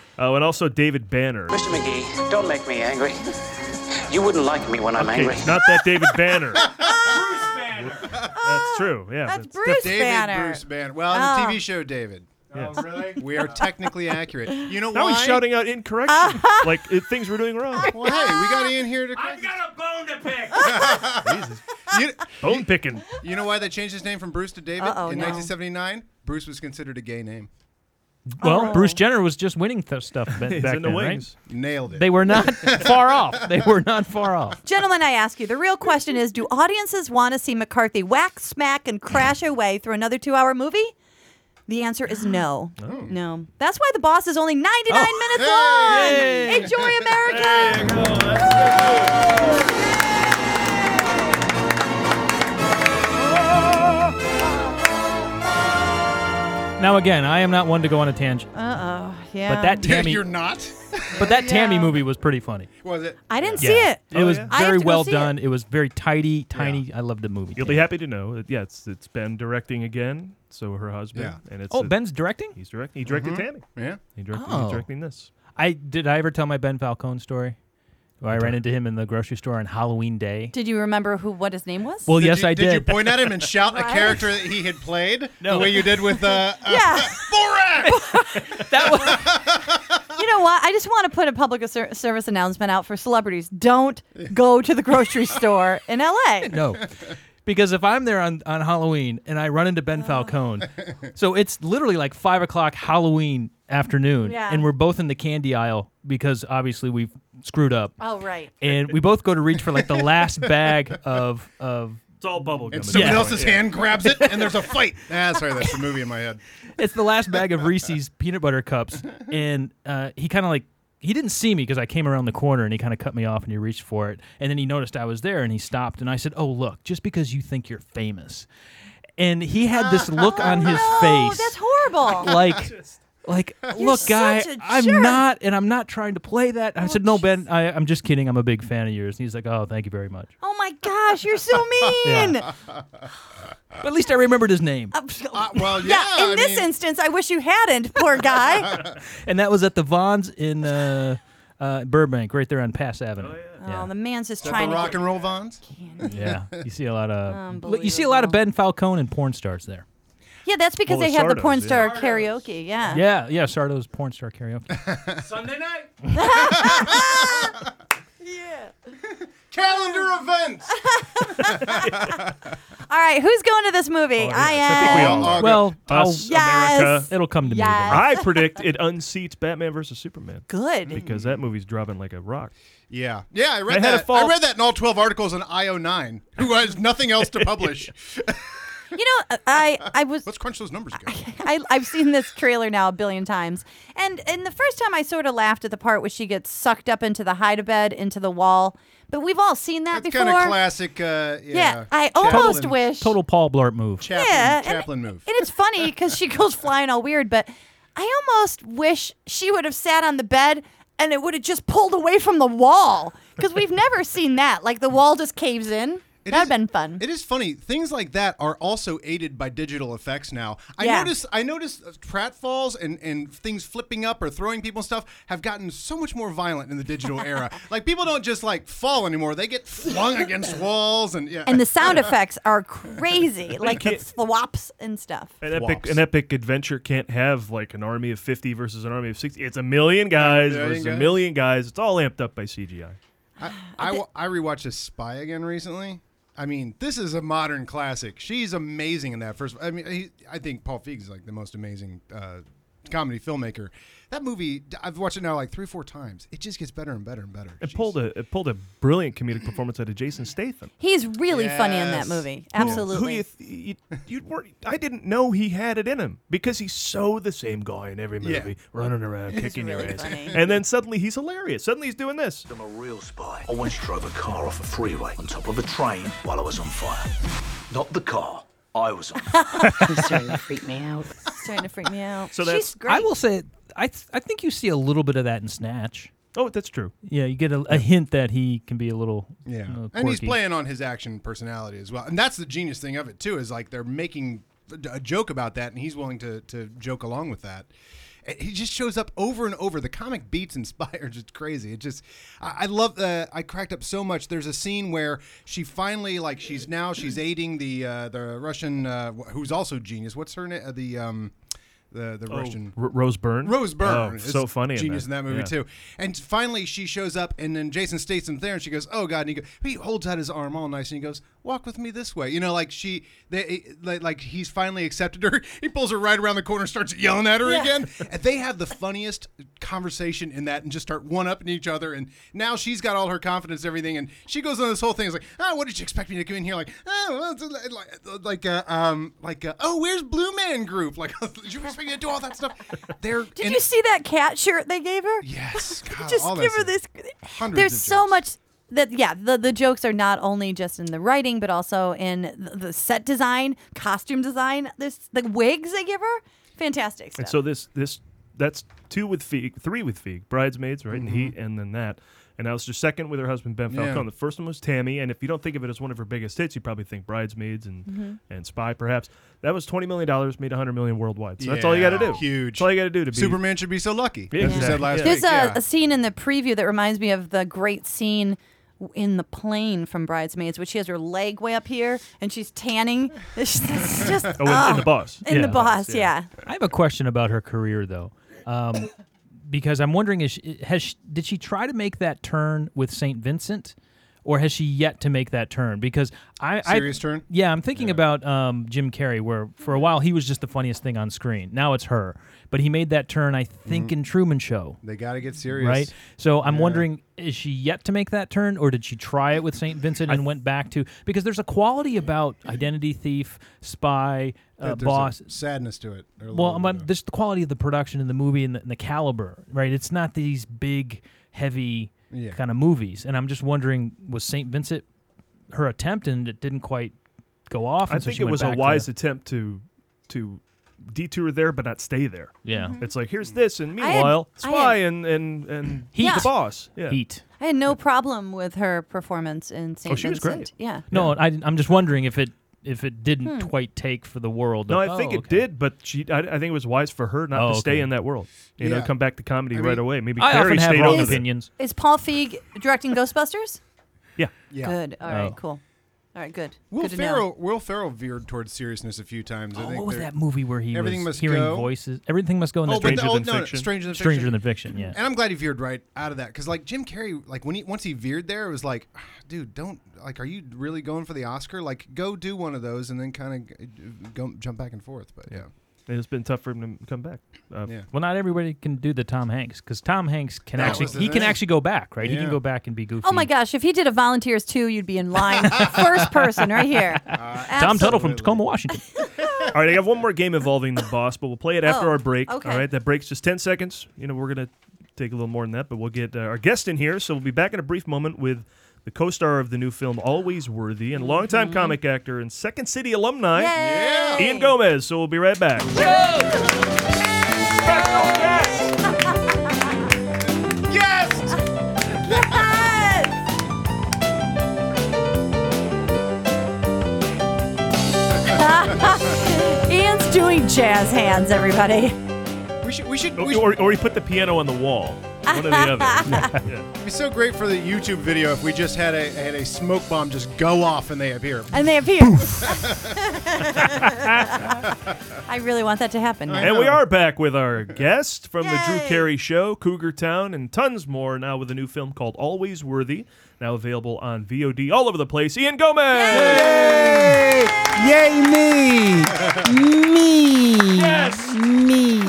Oh, and also David Banner.
Mr. McGee, don't make me angry. You wouldn't like me when I'm
Okay,
angry.
Not that David Banner. That's true. Yeah.
That's
that's-
Bruce
David
Banner.
Bruce Banner. Well, on
Oh.
the TV show, David.
Yes.
really?
We are technically accurate. You know
Now
why?
he's shouting out incorrection, like uh, things we're doing wrong.
Well, hey, we got Ian here to.
I've got a bone to pick.
You,
Bone picking.
you know why they changed his name from Bruce to David
Uh-oh,
in
no.
1979? Bruce was considered a gay name.
Well, Bruce Jenner was just winning th- stuff ba-
He's
back
in the
then,
wings.
Nailed
right?
it.
They were not far off. They were not far off.
Gentlemen, I ask you, the real question is do audiences want to see McCarthy whack, smack, and crash away through another two hour movie? The answer is no.
Oh.
No. That's why The Boss is only 99 minutes long. Enjoy America.
Now, again, I am not one to go on a tangent,
Uh oh. Yeah.
but that Tammy,
Um, You're not?
but that Tammy movie was pretty funny.
Was it?
I didn't
Yeah.
see it. Oh,
It was
I have
very
to go
well
see it.
done. It. was very tidy, tiny. I loved the movie.
You'll be happy to know that yeah, it's it's Ben directing again. So her husband
Yeah.
and it's
Oh,
a-
Ben's directing.
he's directing. He directed Tammy.
Yeah.
He directed,
Oh.
He's directing this.
I did. I ever tell my Ben Falcone story? Where I ran into him in the grocery store on Halloween Day.
Did you remember who what his name was?
Well, yes,
you,
I
Did you
did.
point at him and shout
Right.
a character that he had played?
No.
The way you did with uh, uh,
yeah.
Borat!
that was
You know what? I just want to put a public ser- service announcement out for celebrities. Don't go to the grocery store in LA.
no, because if I'm there on,
Oh.
on Halloween and I run into Ben Falcone, so it's literally like five o'clock Halloween afternoon,
Yeah.
and we're both in the candy aisle because obviously we've screwed up.
Oh, right.
And we both go to reach for like the last bag of of.
It's all bubble
And someone else's hand grabs it, and there's a fight. Ah, sorry, that's the movie in my head.
It's the last bag of Reese's peanut butter cups, and uh, he kind of like he didn't see me because I came around the corner and he kind of cut me off and he reached for it, and then he noticed I was there and he stopped and I said, "Oh look, just because you think you're famous," and he had this look on his
Oh,
face
that's horrible.
like like look
such
guy
a
i'm
jerk." Oh,
not and i'm not trying to play that i said no ben I, i'm just kidding i'm a big fan of yours and he's like oh thank you very much
oh my gosh, you're so mean.
Yeah. but at least i remembered his name
Uh,
Uh, well,
yeah, in this instance, I wish you hadn't, poor guy.
and that was at the vons in uh, uh, burbank right there on pass avenue
Oh, the man's just
Is that
trying
the rock
to.
and roll Vons?
yeah. you see a lot of look, you see a lot of ben falcone and porn stars there
Yeah, that's because
Well,
they have the
Sardos,
porn
yeah.
star karaoke. Yeah.
yeah yeah sardo's porn star karaoke
Sunday night.
yeah.
Calendar events.
All right, who's going to this movie? I am.
well
us,
Yes.
America,
it'll come
to me Yes.
I
eventually.
predict it unseats Batman versus Superman.
Good.
because that movie's dropping like a rock.
Yeah, yeah, I
They
read
had a
that. I
false-
read that in all twelve articles in IO9, who has nothing else to publish.
You know, uh, I I was.
Let's crunch those numbers. Again.
I, I've seen this trailer now a billion times, and and the first time I sort of laughed at the part where she gets sucked up into the hide bed into the wall, but we've all seen that
That's
before.
kind of classic. Uh, yeah,
Yeah, I almost
Chaplin-
wish.
total paul blart move
Chaplin,
Yeah, and-
Chaplin move.
And it's funny because she goes flying all weird, but I almost wish she would have sat on the bed and it would have just pulled away from the wall because we've never seen that. Like the wall just caves in.
It
That'd
is-
been fun.
It is funny. Things like that are also aided by digital effects now. I
Yeah.
notice I notice uh, pratfalls and and things flipping up or throwing people and stuff have gotten so much more violent in the digital era. Like people don't just like fall anymore. They get flung against walls and yeah.
And the sound effects are crazy, like the flops and stuff.
An epic, an epic adventure can't have like an army of 50 versus an army of 60. It's a million guys
million
versus a
guys.
million guys. It's all amped up by CGI.
I, I, wa- I rewatched this Spy again recently. I mean, this is a modern classic. She's amazing in that first. I mean, he, I think Paul Feig is like the most amazing uh, comedy filmmaker. That movie, I've watched it now like three, four times. It just gets better and better and better.
It pulled a it pulled a brilliant comedic performance out of Jason Statham.
He's really funny in that
Yes.
movie.
Who-
Absolutely.
Who you, th- you, you weren't, I didn't know he had it in him because he's so the same guy in every
Yeah.
movie, running around,
He's
kicking your
really
ass.
funny.
And then suddenly he's hilarious. Suddenly he's doing this.
I'm a real spy. I once drove a car off a freeway on top of a train while I was on fire. Not the car, I was on fire.
freak me out.
It's starting to freak me out.
So that's I will say I th- I think you see a little bit of that in Snatch.
Oh, that's true.
Yeah, you get a, a hint that he can be a little
Yeah,
uh, quirky.
and he's playing on his action personality as well, and that's the genius thing of it too. Is like they're making a joke about that, and he's willing to to joke along with that. And He just shows up over and over. The comic beats inspires. It's crazy. It just, I, I love. Uh, I cracked up so much. There's a scene where she finally, like, she's now she's aiding the uh, the Russian, uh, wh- who's also genius. What's her name? Uh, the um, the the
Oh,
Russian
R- Rose Byrne.
Mm. Rose Byrne.
Oh,
is
so funny. in
Genius in that, movie,
Yeah.
too. And finally, she shows up, and then Jason Statham's there, and she goes, "Oh God!" And he, goes, he holds out his arm all nice, and he goes, "Walk with me this way." You know, like she, they, like, like he's finally accepted her. He pulls her right around the corner, and starts yelling at her
Yeah.
again. And they have the funniest conversation in that, and just start one upping each other. And now she's got all her confidence, and everything, and she goes on this whole thing. It's like, "Ah, what did you expect me to come in here?" Like, "Oh, well, it's like, like, uh, um, like, uh, oh, where's Blue Man Group?" Like, did you expect me to do all that stuff? They're
Did
and-
you see that cat shirt they gave her?
Yes. God,
just
all
give
that
her this.
stuff. Hundreds
There's
of
so much that yeah, the the jokes are not only just in the writing but also in the, the set design, costume design. This the wigs they give her, fantastic
And
stuff.
so this this that's two with Feig, three with Feig, bridesmaids, right, and he, and then that. And that was her second with her husband Ben
Yeah.
Falcone. The first one was Tammy, and if you don't think of it as one of her biggest hits, you probably think Bridesmaids and
Mhm.
and Spy, perhaps. That was twenty million dollars, made hundred million worldwide. So that's all you got to do.
Yeah, huge.
That's all you got to do to be
Superman should be so lucky.
Yeah,
as we said
exactly.
last
Yeah.
There's
week.
a,
yeah.
a scene in the preview that reminds me of the great scene w- in the plane from Bridesmaids, which she has her leg way up here and she's tanning. It's just, it's just-
in- in
oh,
the boss.
In
Yeah.
the boss, yeah.
I have a question about her career though, um, because I'm wondering: is she, has she, did she try to make that turn with Saint Vincent, or has she yet to make that turn? Because I
Serious
I,
turn?
Yeah, I'm thinking about um, Jim Carrey, where for a while he was just the funniest thing on screen. Now it's her, but he made that turn. I think in Truman Show,
They got to get serious.
right? So I'm
Mm-hmm. Yeah.
wondering, is she yet to make that turn, or did she try it with Saint Vincent and went back to? Because there's a quality about identity thief, spy, uh,
That there's a
boss.
sadness to it. Or a
Well,
Oh,
little-
I'm on- this the quality of the production in the movie and the, and the caliber, right? It's not these big, heavy
Yeah.
kind of movies, and I'm just wondering, was Saint Vincent her attempt, and it didn't quite go off?
I
and so
think
she
it
went
was a
back to-
wise attempt to to detour there, but not stay there.
Yeah. Mhm.
it's like here's this, and
I had-
meanwhile,
I
spy and and and
Heat.
the boss. Yeah.
Heat.
I had no problem with her performance in St.
she was
Vincent.
great.
Yeah.
No, I, am just wondering if it if it didn't
Hmm.
quite take for the world.
No,
of,
I think
"Oh,
it did, but she. I, I think it was wise for her not
Oh,
to stay
okay.
in that world. You know,
Yeah.
come back to comedy
I
right
mean,
away. Maybe
I
Carrie
often have
stayed
wrong
on it.
opinions.
Is Paul Feig directing Ghostbusters?
Yeah.
Yeah.
Good. All right.
Oh.
Cool. All right. Good.
Will
good to know.
Ferrell, Will Ferrell veered towards seriousness a few times. I
Oh,
think
what was
there-
that movie where he
everything
was
must
hearing
go.
voices? Everything must go in the
Oh, but
Stranger
the- oh,
Than
no, no,
Fiction.
Stranger than Fiction.
Stranger Than Fiction, yeah.
And I'm glad he veered right out of that because, like, Jim Carrey, like when he once he veered there, it was like, "Ah, dude, don't like, are you really going for the Oscar? Like, go do one of those and then kind of go jump back and forth. But yeah,
It's been tough for him to come back. Uh,
Well, not everybody can do the Tom Hanks because Tom Hanks can
That
actually
was the
he can
thing.
actually go back, right? He
Yeah.
can go back and be goofy.
Oh my gosh! If he did a Volunteers too, you'd be in line, first person, right here.
Uh,
Tom
Absolutely.
Tuttle from Tacoma, Washington.
all right, I have one more game involving the boss, but we'll play it after
Oh,
our break.
okay.
All right, that break's just 10 seconds. You know, we're going to take a little more than that, but we'll get uh, our guest in here. So we'll be back in a brief moment with the co star of the new film, Always Worthy, and
Mm-hmm.
longtime comic actor and Second City alumni, Ian Gomez. So we'll be right back.
Yes! Ian's doing jazz hands, everybody.
we should we should.
Or, or, or he put the piano on the wall. One or the other. Yeah.
It'd be so great for the YouTube video if we just had a had a smoke bomb just go off and they appear.
And they appear. I really want that to happen. now.
And we are back with our guest from the Drew Carey Show, Cougar Town, and tons more now with a new film called Always Worthy, now available on VOD all over the place. Ian Gomez!
Yay me! me! Me!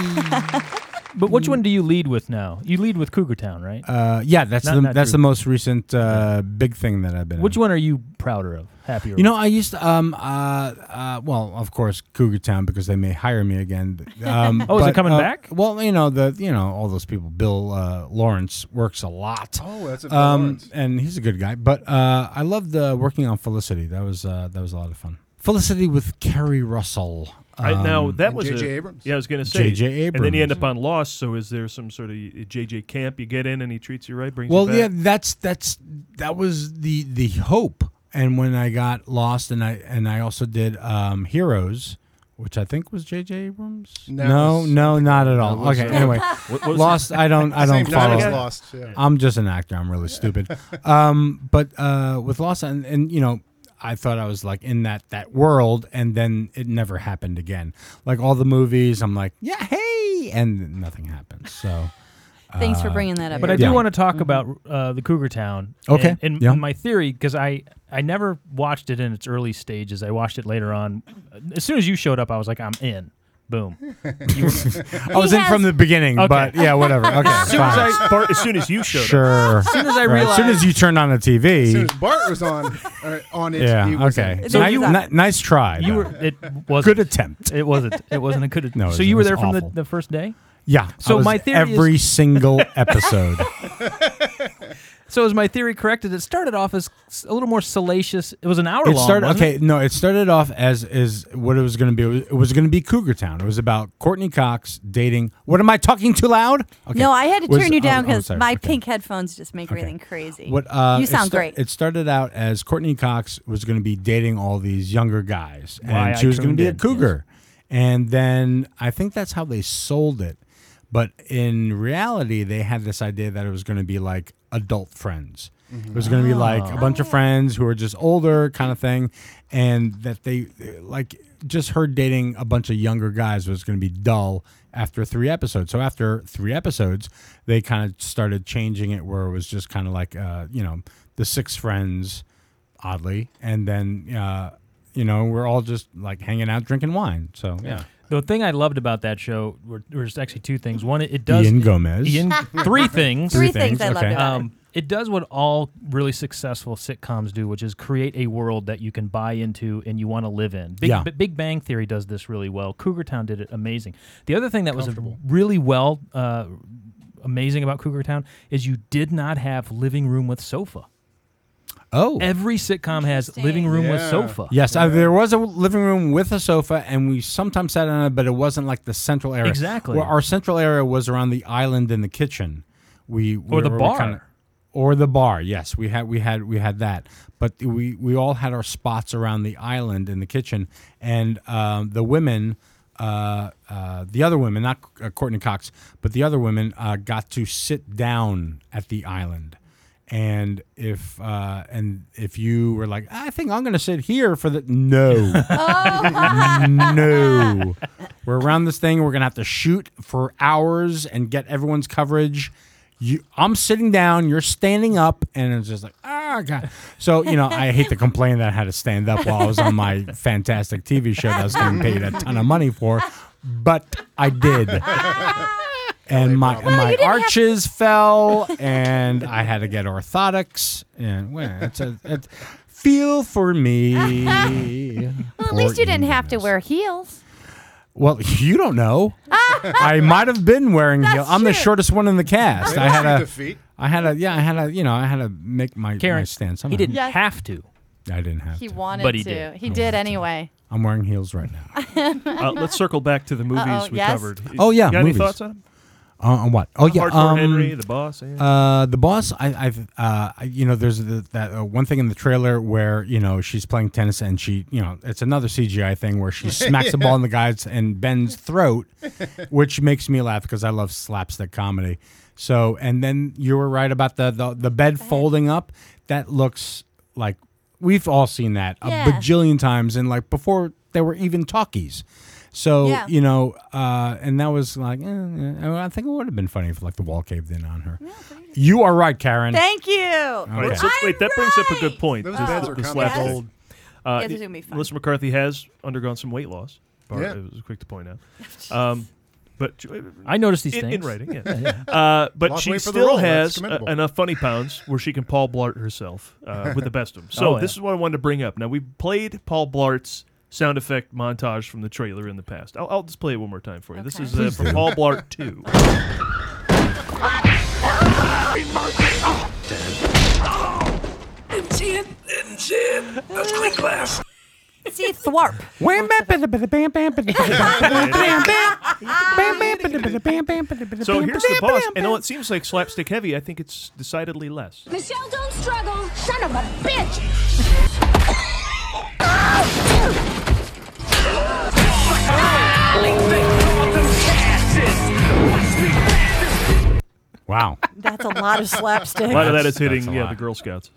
But which one do you lead with now? You lead with Cougar Town, right?
Uh, yeah, that's
Not-
the
not
that's
true.
the most recent uh, big thing that I've been.
Which one are you prouder of? Happier?
You know,
with?
I used to, um, uh, uh, well, of course, Cougar Town because they may hire me again. Um,
Oh, is it coming
uh,
back?
Well, you know the you know all those people. Bill uh, Lawrence works a lot.
Oh, that's a Bill
um,
Lawrence.
and he's a good guy. But uh, I loved uh, working on Felicity. That was uh, that was a lot of fun. Felicity with Carrie Russell.
Right now,
Um,
that was
J.J.
a-
Abrams.
Yeah, I was going to say
J.J.
And then you end
Abrams.
up on Lost. So is there some sort of uh, J.J. camp you get in and he treats you right, brings
well
you back?
yeah that's that's that was the the hope and when i got lost and i and i also did um heroes which i think was jj abrams no no not at all
No, it was,
okay
uh,
anyway
What- what was
lost
it?
i don't i
Same
don't
time
follow
as Lost, yeah.
i'm just an actor i'm really stupid um but uh with lost and and you know I thought I was like in that that world, and then it never happened again. Like all the movies, I'm like, yeah, hey, and nothing happened. So,
Thanks for
uh,
bringing that up,
But I do
yeah.
want to talk about uh, the Cougar Town.
Okay,
And, and
yeah.
my theory, because I I never watched it in its early stages. I watched it later on. As soon as you showed up, I was like, I'm in. Boom. You were-
I was in from the beginning,
Okay.
but yeah, whatever. Okay,
As soon as
fine.
I-
Bart, as soon as you showed up.
sure.
As soon as I
Right, as soon as
realized-
you turned on the
As soon as
TV,
Bart was on or on it, he
yeah,
was
okay.
in.
Ni- ni- nice try.
You
though.
were. It wasn't.
Good attempt.
It wasn't. It wasn't a good attempt.
No, it
so
was-
you
it
were
was
there from
awful.
the, the first day.
yeah. I
So
was
my theory
every
is-
single episode.
So is my theory correct? That it started off as s- a little more salacious. It was an hour
it
long.
started
wasn't
okay.
it?
No, it started off as is what it was going to be. It was going to be Cougar Town. It was about Courtney Cox dating. What am I talking too loud? Okay.
No, I had to
Was-
turn you down
oh, oh,
because
sorry.
my
Okay.
pink headphones just make everything crazy.
What uh,
you
it
sound
sta-
great.
It started out as Courtney Cox was going to be dating all these younger guys, and
Why I
she was going to
tuned
be a
in,
cougar. And then I think that's how they sold it. But in reality, they had this idea that it was going to be like adult friends. It was going to be like a bunch of friends who are just older, kind of thing, and that they like just her dating a bunch of younger guys was going to be dull after three episodes. So after three episodes, they kind of started changing it where it was just kind of like uh, you know the six friends, oddly, and then uh, you know we're all just like hanging out drinking wine. So yeah.
The thing I loved about that show were, was actually two things. One, it, it does
Ian Gomez.
Ian- three things.
Three Three things things, I loved okay. about it.
Um, it does what all really successful sitcoms do, which is create a world that you can buy into and you want to live in. Big,
Yeah.
B- Big Bang Theory does this really well. Cougar Town did it amazing. The other thing that was a really well uh, amazing about Cougar Town is you did not have living room with sofa.
Oh.
Every sitcom has living room with
Yeah.
sofa.
Yes, uh, there was a living room with a sofa, and we sometimes sat on it, but it wasn't like the central area.
Exactly.
Well, our central area was around the island in the kitchen. We
Or the
we
bar.
kinda- or the bar. Yes, we had we had we had that, but we we all had our spots around the island in the kitchen, and um, the women. Uh, uh, the other women, not uh, Courtney Cox, but the other women uh, got to sit down at the island and if uh, and if you were like, I think I'm going to sit here for the no, no, we're around this thing. We're going to have to shoot for hours and get everyone's coverage. You, I'm sitting down. You're standing up, and it's just like, ah, god. So you know, I hate to complain that I had to stand up while I was on my fantastic TV show that I was getting paid a ton of money for, but I did and my
Well, you
my
didn't have-
arches fell, and I had to get orthotics. And well, it's a it's, feel for me.
Well, at least you didn't have to wear heels.
Well, you don't know. I might have been wearing heels. I'm the shortest one in the cast.
They
I
don't
had
see
a.
the feet.
I had a yeah. I had a you know. I had to make my, my
Karen,
stand.
he
Somehow.
didn't
Yes.
have to.
I didn't have.
He
to.
wanted
But he
to.
did.
He did anyway.
I'm wearing heels right now.
Uh, let's circle back to the movies
Uh-oh,
we
yes?
covered.
Oh yeah,
You got
movies.
any thoughts on them?
Uh, on what? Oh yeah,
Hardcore
um,
Henry, The Boss, yeah.
Uh, the boss. I, I've uh, I- you know, there's the, that uh, one thing in the trailer where you know she's playing tennis and she, you know, it's another CGI thing where she smacks the ball in the guy's and Ben's throat, which makes me laugh because I love slapstick comedy. So, and then you were right about the the, the bed folding up. That looks like we've all seen that
Yeah.
a bajillion times, and like before there were even talkies. So
Yeah.
you know, uh, and that was like, eh, eh, I think it would have been funny if like the wall caved in on her. you are right, Karen.
Thank you. Okay.
Wait, so- wait, that brings up a good point.
Those
the-
beds
the
are
slap
complicated.
old. Uh,
Yeah, this is gonna be fun.
Melissa McCarthy has undergone some weight loss. Bar,
Yeah.
It was quick to point out. Um, but
I noticed these
in, In
things.
writing, yeah.
Yeah, yeah.
Uh, but
Lost
she
weight for the
still
role. That's
has uh,
commendable.
enough funny pounds where she can Paul Blart herself uh, with the best of them. So
Oh, yeah.
this is what I wanted to bring up. Now we played Paul Blart's sound effect montage from the trailer in the past. I'll, I'll just play it one more time for you. This
Okay.
is uh,
Please
from
do.
Paul Blart Two.
That's it. That's it. That's my class.
See, thwarp.
So here's the boss, and though it seems like slapstick heavy, I think it's decidedly less.
Michelle, don't struggle. Son of a bitch.
Wow.
That's a lot of slapstick.
A lot of that is
That's-
hitting
that's a
yeah,
lot.
the Girl Scouts.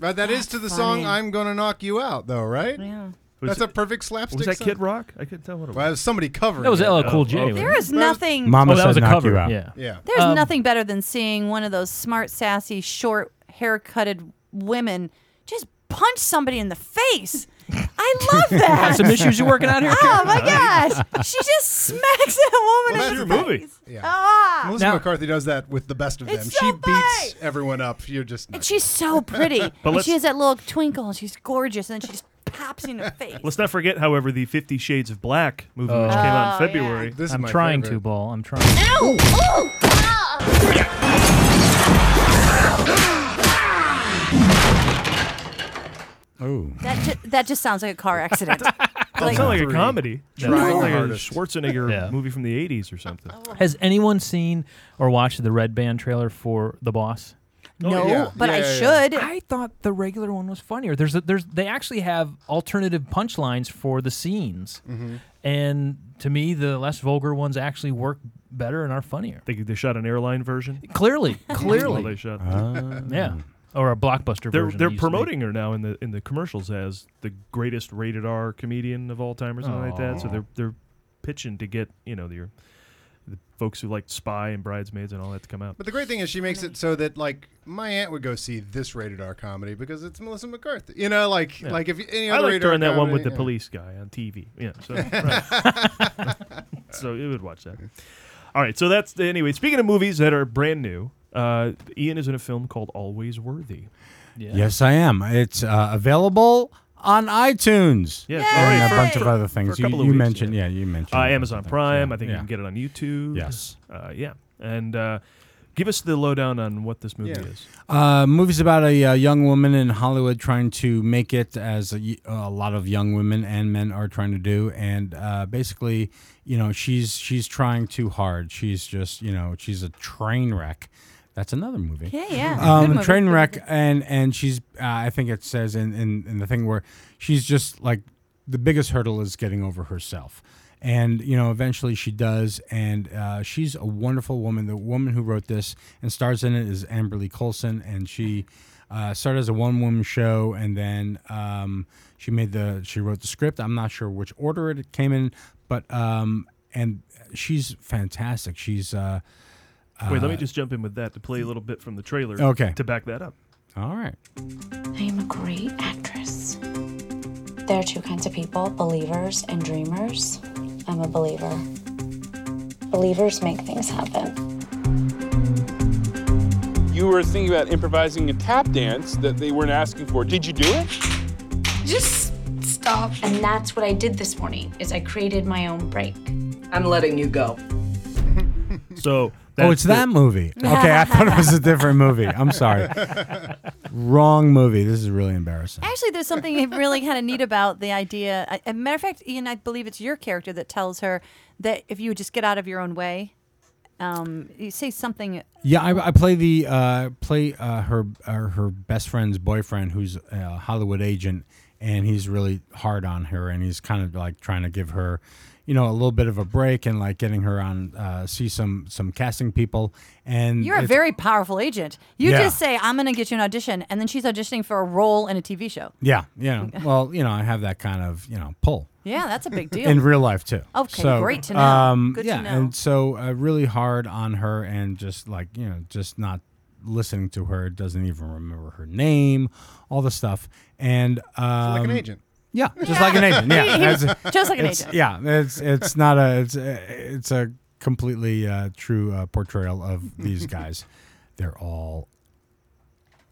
But that is to the
funny.
song "I'm Gonna Knock You Out," though, right?
Yeah.
Was
That's
it-
a perfect slapstick.
was that
song.
Kid Rock? I couldn't tell what it
Well, it was somebody covering.
That was
it.
LL
Oh,
Cool J. wasn't
There
it?
is nothing.
Mama
Oh, that
said
was a
knock
cover,
you out.
yeah.
Yeah.
There's
Um,
nothing better than seeing one of those smart, sassy, short, haircutted women just punch somebody in the face. I love that.
Have some issues you're working on here,
Oh
Karen?
my
Nice.
gosh, she just smacks that woman
Well,
in the
that's your
face.
movie. Yeah.
Ah.
Melissa McCarthy does that with the best of them.
It's
she
so
beats everyone up. You're just
And she's so pretty.
But
and
let's-
she has that little twinkle, and she's gorgeous, and then she just pops you in the face.
Let's not forget, however, the Fifty Shades of Black movie, which
Oh.
came out
Oh,
in February.
This is I'm my trying favorite. to,
ball. I'm trying.
Oh.
That ju- that just sounds like a car accident.
That sounds like a
Three.
comedy. That
No.
sounds like a
Hardest.
Schwarzenegger
Yeah.
movie from the '80s or something.
Has anyone seen or watched the Red Band trailer for The Boss?
No, yeah. but I Yeah, yeah, yeah. should.
I thought the regular one was funnier. There's a, there's they actually have alternative punchlines for the scenes, and to me, the less vulgar ones actually work better and are funnier.
They, they shot an airline version.
Clearly,
Well,
clearly,
they shot.
yeah,
Mm-hmm.
or a blockbuster
They're
Uh, version.
they're
it used to be.
promoting her now in the in the commercials as the greatest rated R comedian of all time or something like that. So
Aw.
they're they're pitching to get you know your the folks who liked Spy and Bridesmaids and all that to come out.
But the great thing is she makes it so that like my aunt would go see this rated R comedy because it's Melissa McCarthy. You know, like
Yeah.
like if any
I
other
liked
rated R
during that one with
comedy,
the
yeah.
police guy on TV. Yeah, so right. so you would watch that. All right, so that's anyway. Speaking of movies that are brand new, uh, Ian is in a film called Always Worthy.
Yes, I am. It's uh, available on iTunes.
Yes,
and
already
a
for-
bunch of
for-
other
for a
things. you
couple of
you
weeks,
mentioned, yeah. you mentioned
uh,
a bunch
Amazon
of things,
Prime.
yeah.
I think
Yeah.
you can get it on YouTube.
Yes.
uh, yeah, and uh, give us the lowdown on what this movie is.
Uh, movie's about a, uh young woman in Hollywood trying to make it, as a, y- a lot of young women and men are trying to do. And uh, basically, you know, she's she's trying too hard. She's just, you know, she's a train wreck. That's another movie.
Yeah, yeah. Good
Um,
movie.
train wreck, and and she's, uh, I think it says in, in in the thing where she's just like the biggest hurdle is getting over herself. And you know, eventually she does, and uh, she's a wonderful woman. The woman who wrote this and stars in it is Amberly Colson, and she uh, started as a one-woman show, and then um, she made the she wrote the script. I'm not sure which order it came in, but um, and she's fantastic. She's uh,
Wait, let me
uh,
just jump in with that to play a little bit from the trailer.
Okay.
To back that up.
all right.
I am a great actress. There are two kinds of people believers and dreamers. I'm a believer. Believers make things happen.
You were thinking about improvising a tap dance that they weren't asking for. Did you do it?
Just stop. And that's what I did this morning is I created my own break.
I'm letting you go.
So
oh, it's
the-
that movie. Okay, I thought it was a different movie. I'm sorry. Wrong movie. This is really embarrassing.
Actually, there's something really kind of neat about the idea. I- As a matter of fact, Ian, I believe it's your character that tells her that if you would just get out of your own way, um, you say something.
Yeah, I, I play the uh, play uh, her uh, her best friend's boyfriend, who's a Hollywood agent, and he's really hard on her, and he's kind of like trying to give her, you know, a little bit of a break and like getting her on uh, see some some casting people. And
You're a
it's-
very powerful agent. You
Yeah.
just say, "I'm going to get you an audition," and then she's auditioning for a role in a TV show.
yeah yeah well you know I have that kind of you know pull.
Yeah, that's a big deal.
in real life too.
Okay,
So,
great to know.
Um,
Good to
yeah,
know.
and so uh, really hard on her, and just like you know, just not listening to her. Doesn't even remember her name, all the stuff, and um,
like an agent.
Yeah, just like an agent. Yeah,
He was
That's-
just like an
it's-
agent.
Yeah, it's it's not a it's a, it's a completely uh, true uh, portrayal of these guys. They're all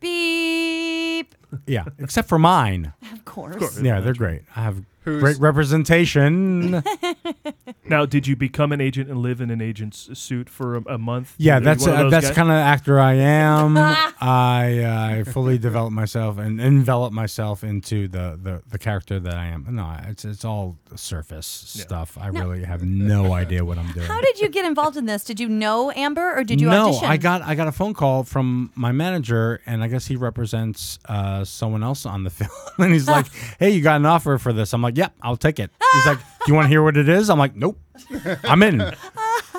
Beep.
yeah, except for mine.
Of course. Of course.
Yeah, they're great. I have
Who's-
great representation.
Now, did you become an agent and live in an agent's suit for a, a month?
Yeah,
Are you
that's
one of
uh,
those
that's
guys?
kind of actor I am. I uh, I fully develop myself and envelop myself into the, the, the character that I am. No, it's it's all surface stuff. I really have no idea what I'm doing.
How did you get involved in this? Did you know Amber, or did you
no,
audition?
I got I got a phone call from my manager, and I guess he represents uh, someone else on the film. and he's like, "Hey, you got an offer for this?" I'm like, "Yep, I'll take it." He's like, "Do you want to hear what it is?" I'm like, "Nope, I'm in."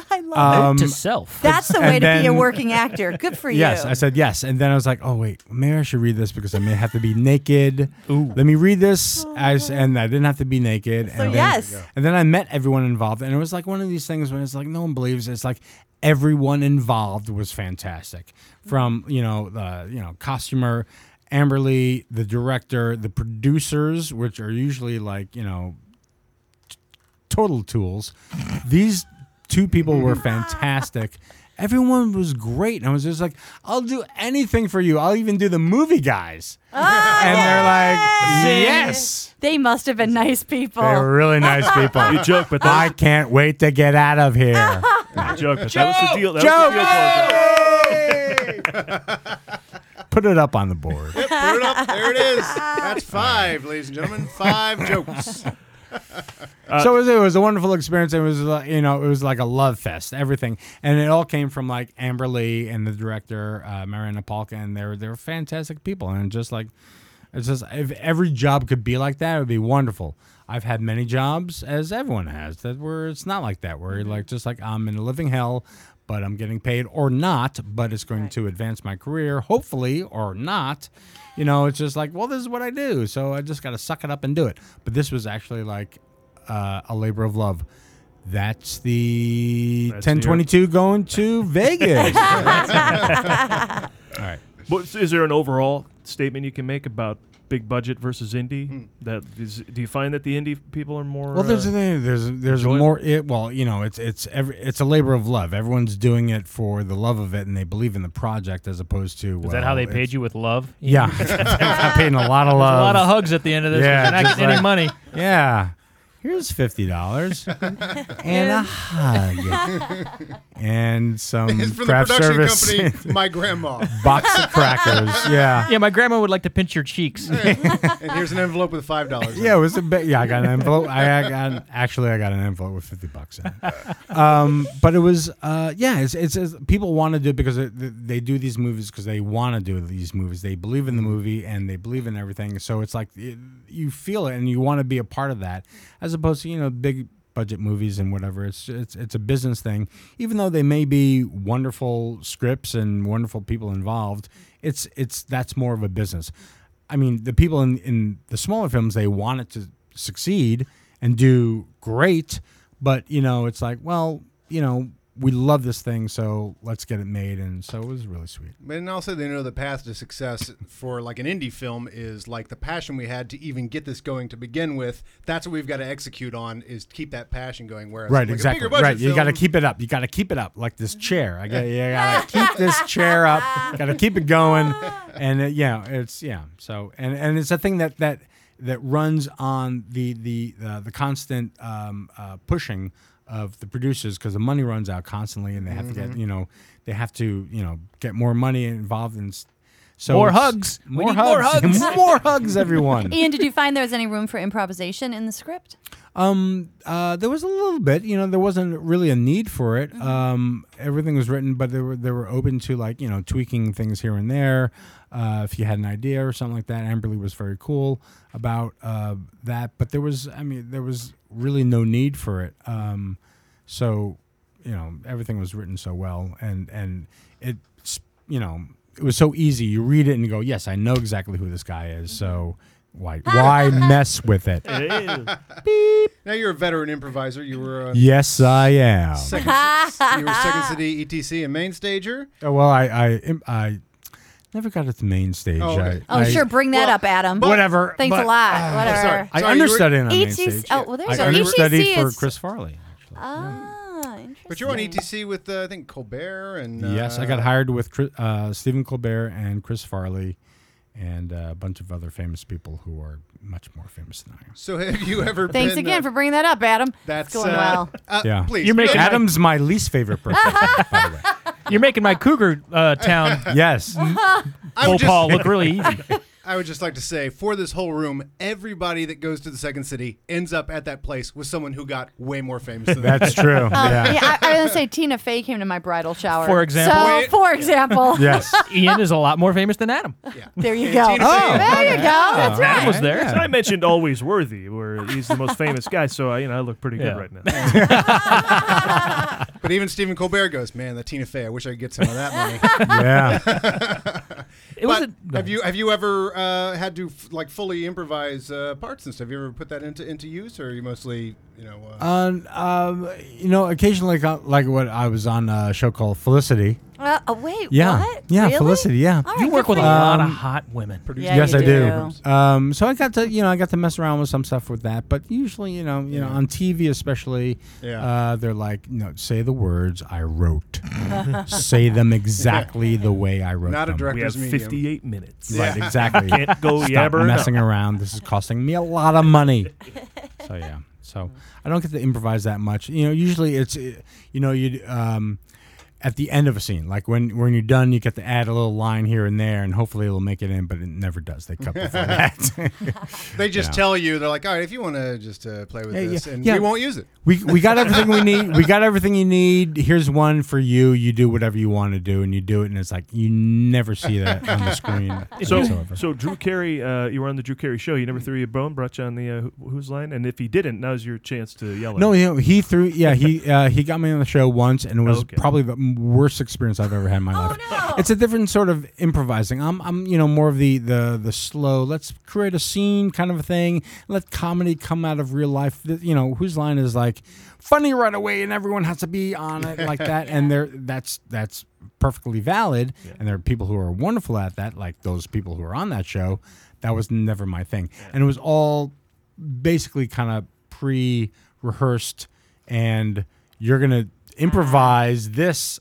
I
love it. Note to self. That's the way to be a working actor. Good for
um, Yes,
you.
I said yes, and then I was like, "Oh wait, maybe I should read this because I may have to be naked." Let me read this,
Oh,
I s- and I didn't have to be naked. and then,
yes.
and then I met everyone involved, and it was like one of these things when it's like no one believes. it. It's like everyone involved was fantastic, from you know the you know costumer. Amberly, the director, the producers, which are usually like, you know, total tools. These two people were fantastic. Everyone was great. And I was just like, I'll do anything for you. I'll even do the movie guys. and they're like, yes.
They must have been nice people.
They were really nice people.
Oh. You joke, but
I can't wait to get out of here.
I joke, but that was the deal. That
Joke!
was the deal.
Put it up on the board.
Yep, put it up. There it is. That's five, ladies and gentlemen. Five jokes.
so it was, it was a wonderful experience. It was like, you know it was like a love fest, everything, and it all came from like Amber Lee and the director uh, Mariana Palka, and they were they were fantastic people, and just like it's just if every job could be like that, it would be wonderful. I've had many jobs, as everyone has, that where it's not like that, where you're like just like I'm in a living hell, but I'm getting paid or not, but it's going to advance my career, hopefully or not. You know, it's just like, well, this is what I do, so I just got to suck it up and do it. But this was actually like uh, a labor of love. That's the 1022 going to Vegas.
All right. But is there an overall statement you can make about big budget versus indie? That is, do you find that the indie people are more?
Hmm. Well, there's
uh,
a thing. There's there's
enjoyable?
more. It, well, you know, it's it's every it's a labor of love. Everyone's doing it for the love of it, and they believe in the project as opposed to.
Is that how they paid you with love?
Yeah, I'm paying a lot of
There's
love.
A lot of hugs at the end of this.
Yeah,
Yeah, not
just
getting any
like-
money.
Yeah. Here's fifty dollars and a hug and some
It's from the
Mm, craft
production
service.
company, My Grandma.
box of crackers. Yeah.
Yeah, my grandma would like to pinch your cheeks.
and here's an envelope with five dollars.
Yeah, it was a bit. Yeah, I got an envelope. I, I got actually I got an envelope with fifty bucks in. it. Um, but it was uh, yeah. It's, it's, it's people want to do it because it, they do these movies because they want to do these movies. They believe in the movie and they believe in everything. So it's like it, you feel it and you want to be a part of that, as opposed to you know big budget movies and whatever. It's it's it's a business thing. Even though they may be wonderful scripts and wonderful people involved, it's it's that's more of a business. I mean, the people in, in the smaller films, they want it to succeed and do great, but you know, it's like, well, you know, we love this thing, so let's get it made, and so it was really sweet.
And also, they know the path to success for like an indie film is like the passion we had to even get this going to begin with. That's what we've got to execute on is keep that passion going. Whereas
right,
like, a
exactly.
bigger budget
Right, you got to
film-
keep it up. You got to keep it up, like this chair. I got to keep this chair up. Got to keep it going, and uh, yeah, it's yeah. So and and it's a thing that that that runs on the the uh, the constant um, uh, pushing of the producers because the money runs out constantly, and they have to
Mm-hmm.
Mhm.
get you know they have to you know get more money involved in. s- So
More
it's-
hugs. We
More
need more
hugs.
hugs.
more hugs, everyone.
Ian, did you find there was any room for improvisation in the script?
Um, uh, there was a little bit, you know, there wasn't really a need for it. Um, everything was written, but they were they were open to like you know tweaking things here and there. Uh, if you had an idea or something like that, Amberly was very cool about uh, that. But there was, I mean, there was really no need for it. Um, so you know, everything was written so well, and and it, you know, it was so easy. You read it and you go, yes, I know exactly who this guy is. So why why mess with it?
Now you're a veteran improviser. You were a
Yes, I am.
Second, you were second city ETC and main stager.
Oh, well, I, I, im- I never got at the main stage.
Oh, okay.
I,
Oh,
I-
sure. Bring that up, Adam.
whatever,
Thanks
but-
a lot.
Ah,
whatever.
sorry. I understudied on main
ETC
stage.
Oh, well, there's
I
a-
understudied
ETC
for
is-
Chris Farley.
Ah, interesting.
But you're on ETC with uh, I think Colbert and uh,
yes, I got hired with Chris, uh, Stephen Colbert and Chris Farley, and uh, a bunch of other famous people who are much more famous than I am.
So have you ever?
Thanks
been,
again
uh,
for bringing that up, Adam.
That's
it's going
uh,
well.
uh,
yeah,
Please,
Adam's my least favorite person.
You're making my cougar uh, town
yes,
I
faux
would just-
pas look really easy.
I would just like to say for this whole room, everybody that goes to the second city ends up at that place with someone who got way more famous than them.
that's true.
Um,
yeah.
yeah. I, I was gonna say Tina Fey came to my bridal shower.
For example.
So,
Wait.
for example,
Yes.
Ian is a lot more famous than Adam.
there you
And
go. Oh,
Tina Fey.
There you go.
Oh,
That's right.
Adam was there.
So I mentioned always worthy, where he's the most famous guy. So I, you know, I look pretty
Yeah.
good right now.
But even Stephen Colbert goes, man, that Tina Fey. I wish I could get some of that money.
yeah.
It
But
was a, no.
have you have you ever uh, had to f- like fully improvise uh, parts and stuff? Have you ever put that into into use, or are you mostly you know? Uh,
Um, um, you know, occasionally, like, uh, like what I was on a show called Felicity.
Uh, oh, wait.
Yeah.
What?
Yeah,
Really?
Felicity, yeah.
All
You
right,
work
good
with a
for you.
lot of
Um,
hot women.
Yeah,
yes,
you
I do.
do.
Um, so I got to you know I got to mess around with some stuff with that, but usually you know you know on TV especially,
Yeah.
uh, they're like you know say the words I wrote, say them exactly the way I wrote
Not a
them.
direct-
we have
Actors medium.
58 minutes.
Right, exactly.
Can't go
Stop
yabbering
messing
up.
around. This is costing me a lot of money. so yeah, so I don't get to improvise that much. You know, usually it's uh, you know you um, at the end of a scene, like when when you're done, you get to add a little line here and there, and hopefully it'll make it in, but it never does. They cut before that.
they just
Yeah.
tell you they're like, all right, if you want to just uh, play with
Yeah, yeah,
this, and
yeah.
we won't use it.
We, we got everything we need. We got everything you need. Here's one for you. You do whatever you want to do, and you do it, and it's like you never see that on the screen
So,
whatsoever.
so Drew Carey, uh, you were on the Drew Carey show. You
Hmm.
never threw your bone, brought you on the uh, wh- whose line, and if he didn't, now's your chance to yell. at
No,
him.
you know, he threw. Yeah, he uh, he got me on the show once, and it was
Okay.
probably the, worst experience I've ever had in my life. It's a different sort of improvising. I'm, I'm, you know, more of the the the slow. Let's create a scene kind of a thing. Let comedy come out of real life. Th- You know, whose line is like funny right away, and everyone has to be on it like that. And there, that's that's perfectly valid. And there are people who are wonderful at that, like those people who are on that show. That was never my thing, and it was all basically kind of pre rehearsed and you're gonna improvise this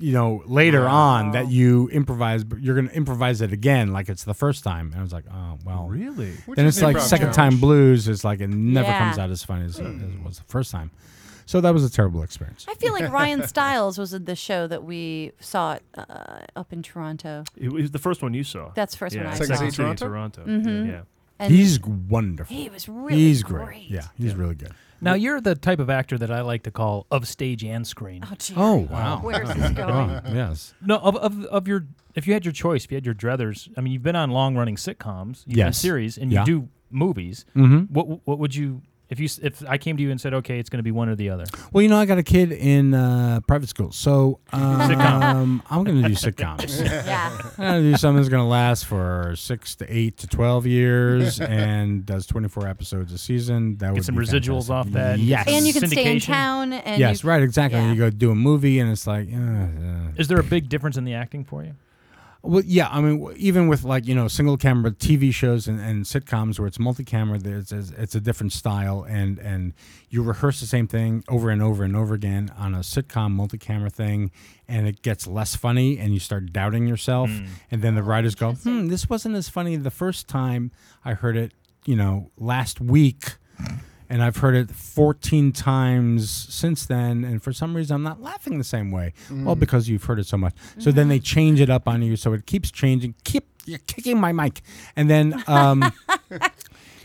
you know later on that you improvise but you're gonna improvise it again like it's the first time and i was like oh well
Really? Which
then
is
it's like
improv
second
challenge.
time blues is like it never
Yeah.
comes out as funny as, as it was the first time so that was a terrible experience
I feel like Ryan Stiles was at the show that we saw uh, up in Toronto.
It was the first one you saw.
That's the first
yeah,
one I
Second
saw.
City, Toronto.
Toronto? Mhm.
Yeah.
And-
he's wonderful
He was really
he's great,
great.
yeah he's really good
Now you're the type of actor that I like to call of stage and screen.
Uh,
Oh,
Oh, wow. Where's this going? Oh, yes.
No, of, of of your if you had your choice, if you had your druthers, I mean, you've been on long running sitcoms, you've done
Yes.
series, and
Yeah.
you do movies.
Mhm.
What what would you if you s- if I came to you and said, okay, it's going to be one or the other?
Well, you know, I got a kid in uh, private school, so
Sitcom.
um, I'm going to do sitcoms.
Yeah.
I'm going to do something that's going to last for six to eight to twelve years and does 24 episodes a season. That
Get
would
some
be
residuals
fantastic.
off that.
Yes,
And you can stay in
Syndication.
town. And
yes,
you,
right, exactly.
yeah.
You go do a movie, and it's like, uh, uh,
Is there a big difference in the acting for you?
well, yeah. I mean, w- even with like you know single camera TV shows and, and sitcoms where it's multi camera, it's, it's it's a different style, and and you rehearse the same thing over and over and over again on a sitcom multi camera thing, and it gets less funny, and you start doubting yourself,
Mm.
and then the writers go, hmm, this wasn't as funny the first time I heard it, you know, last week. And I've heard it 14 times since then. And for some reason, I'm not laughing the same way. Well,
Mm.
because you've heard it so much. So then
Mm-hmm.
they change it up on you. So it keeps changing. Keep you're kicking my mic. And then, um, you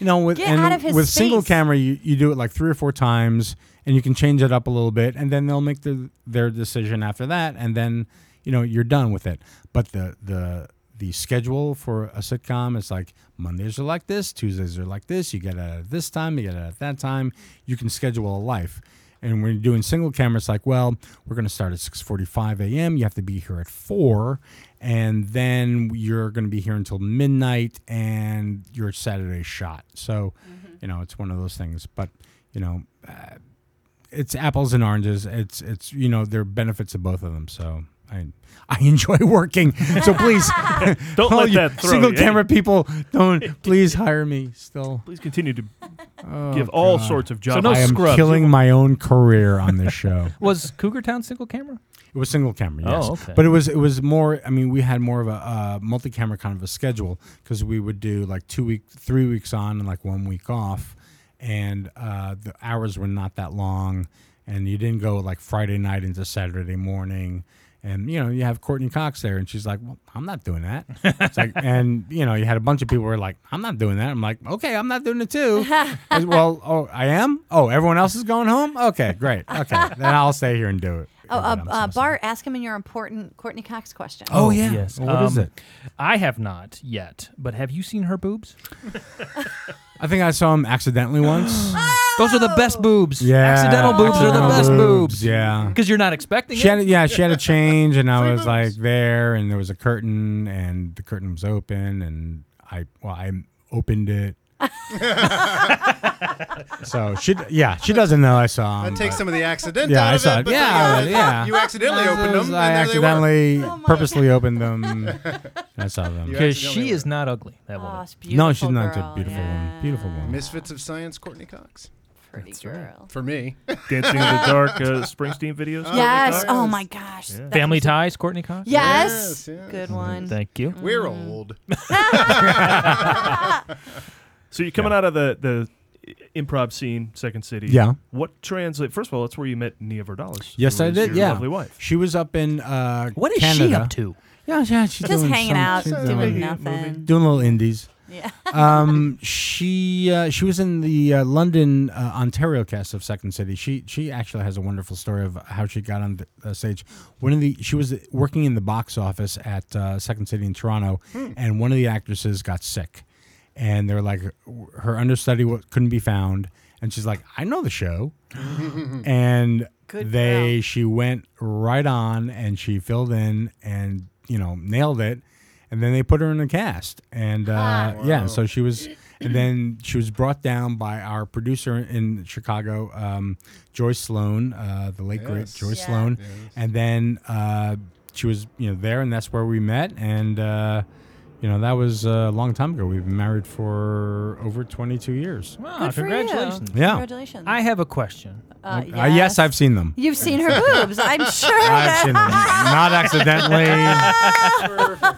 know, with,
Get
and
out of his
with single
space.
camera, you, you do it like three or four times and you can change it up a little bit. And then they'll make the, their decision after that. And then, you know, you're done with it. But the, the, the schedule for a sitcom is like Mondays are like this, Tuesdays are like this. You get it at this time, you get it at that time. You can schedule a life. And when you're doing single camera, it's like, well, we're going to start at 6:45 a.m. You have to be here at four, and then you're going to be here until midnight, and your Saturday shot. So, you know, it's one of those things. But you know, uh, it's apples and oranges. It's it's you know, there are benefits of both of them. So. I, I enjoy working, so please
Don't
all
let
Oh, you
that throw
single
you.
camera people don't please hire me. Still,
please continue to
Oh,
give all
God.
sorts of jobs.
no
I am
scrubs.
killing my own career on this show.
Was Cougar Town single camera?
It was single camera, yes.
Oh, okay.
But it was it was more. I mean, we had more of a uh, multi-camera kind of a schedule because we would do like two week, three weeks on, and like one week off, and uh, the hours were not that long, and you didn't go like Friday night into Saturday morning. And you know you have Courtney Cox there, and she's like, "Well, I'm not doing that." It's like, and you know you had a bunch of people who were like, "I'm not doing that." I'm like, "Okay, I'm not doing it too." As- well, oh, I am. Oh, everyone else is going home. Okay, great. Okay, then I'll stay here and do it.
Oh, uh, uh, Bart, ask him in your important Courtney Cox question.
Oh, yeah.
Yes.
What
Um,
is it?
I have not yet, but have you seen her boobs?
I think I saw him accidentally once.
Those are the best boobs.
Oh. Yeah,
Ah! Accidental boobs are the
accidental
best boobs.
Yeah,
Because you're not expecting
she
it.
had a, yeah she had a change, and I was like there, and there was a curtain, and the curtain was open, and I well I opened it. so she yeah she doesn't know Um, I saw him.
That takes
but-
some of the accidental
Yeah,
out
I
of
saw
it,
it.
but
Yeah,
yeah,
yeah.
you accidentally
I
opened them,
I
and there they were.
accidentally,
Oh
purposely opened them. and I saw them
Because she is not ugly. That
Oh,
woman.
no, she's not a beautiful woman. Beautiful woman.
Misfits of Science, Courtney Cox.
Pretty
girl. For me.
Dancing in the Dark uh, Springsteen videos.
Oh,
Yes.
yes.
Oh my gosh. That
Family
was-
ties, Courtney Cox.
Yes.
Yes, yes.
Good one.
Thank
Mm.
you.
We're
Mm.
old.
So you're coming out of the the improv scene, Second City.
Yeah.
What translate? First of all, that's where you met Nia Vardalos.
Yes,
who
I
is
did.
your
Yeah,
Lovely wife.
She was up in uh,
What is she
Canada.
up to?
Yeah, yeah, she's
Just
doing
hanging
some-
out,
she's
doing nothing.
doing little indies.
Yeah.
um, she uh, she was in the uh, London uh, Ontario cast of Second City. She she actually has a wonderful story of how she got on the uh, stage. One of the she was working in the box office at uh, Second City in Toronto, and one of the actresses got sick, and they were like her understudy wa- couldn't be found, and she's like, I know the show and
Good
they she went right on and she filled in and you know nailed it and then they put her in a cast and uh, yeah so she was and then she was brought down by our producer in chicago um, joyce sloan uh, the late great
Yes.
joyce
Yeah.
sloan
Yes.
and then uh, she was you know there and that's where we met and uh, you know that was uh, a long time ago we've been married for over 22 years
Wow,
Good for you.
congratulations.
Yeah.
Congratulations.
I have a question.
Uh,
Uh, yes i've seen them
You've seen her boobs. I'm sure.
I've
that-
seen them. Not accidentally.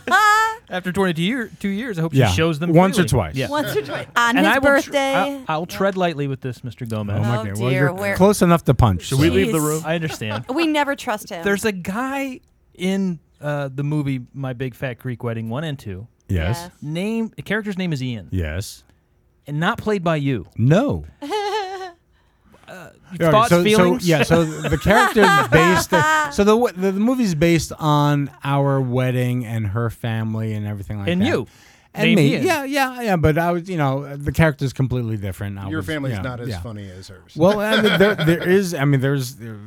After 22 year, two years, I hope
Yeah.
she shows them
Once or
freely.
twice.
Yeah.
Once or twice. On
and
his
I will tr-
birthday.
I- I'll tread lightly with this, Mr. Gomez.
Oh my
Oh,
god.
dear,
Well, you're
where-
close enough to punch.
Should we leave the Jeez. room?
I understand.
we never trust him.
There's a guy in uh, the movie My Big Fat Greek Wedding 1 and 2.
Yes.
Name the character's name is Ian,
Yes.
and not played by you.
No. Okay,
Thoughts,
so,
feelings.
So, yeah. So the character is based. so the, w- the the movie's based on our wedding and her family and everything like
And
that.
you.
And
Named
me.
Ian.
Yeah, yeah, yeah. But I was, you know, the character's completely different. I
Your
was,
family's
yeah,
not as
yeah.
funny as hers.
Well, I mean, there, there is. I mean, there's there are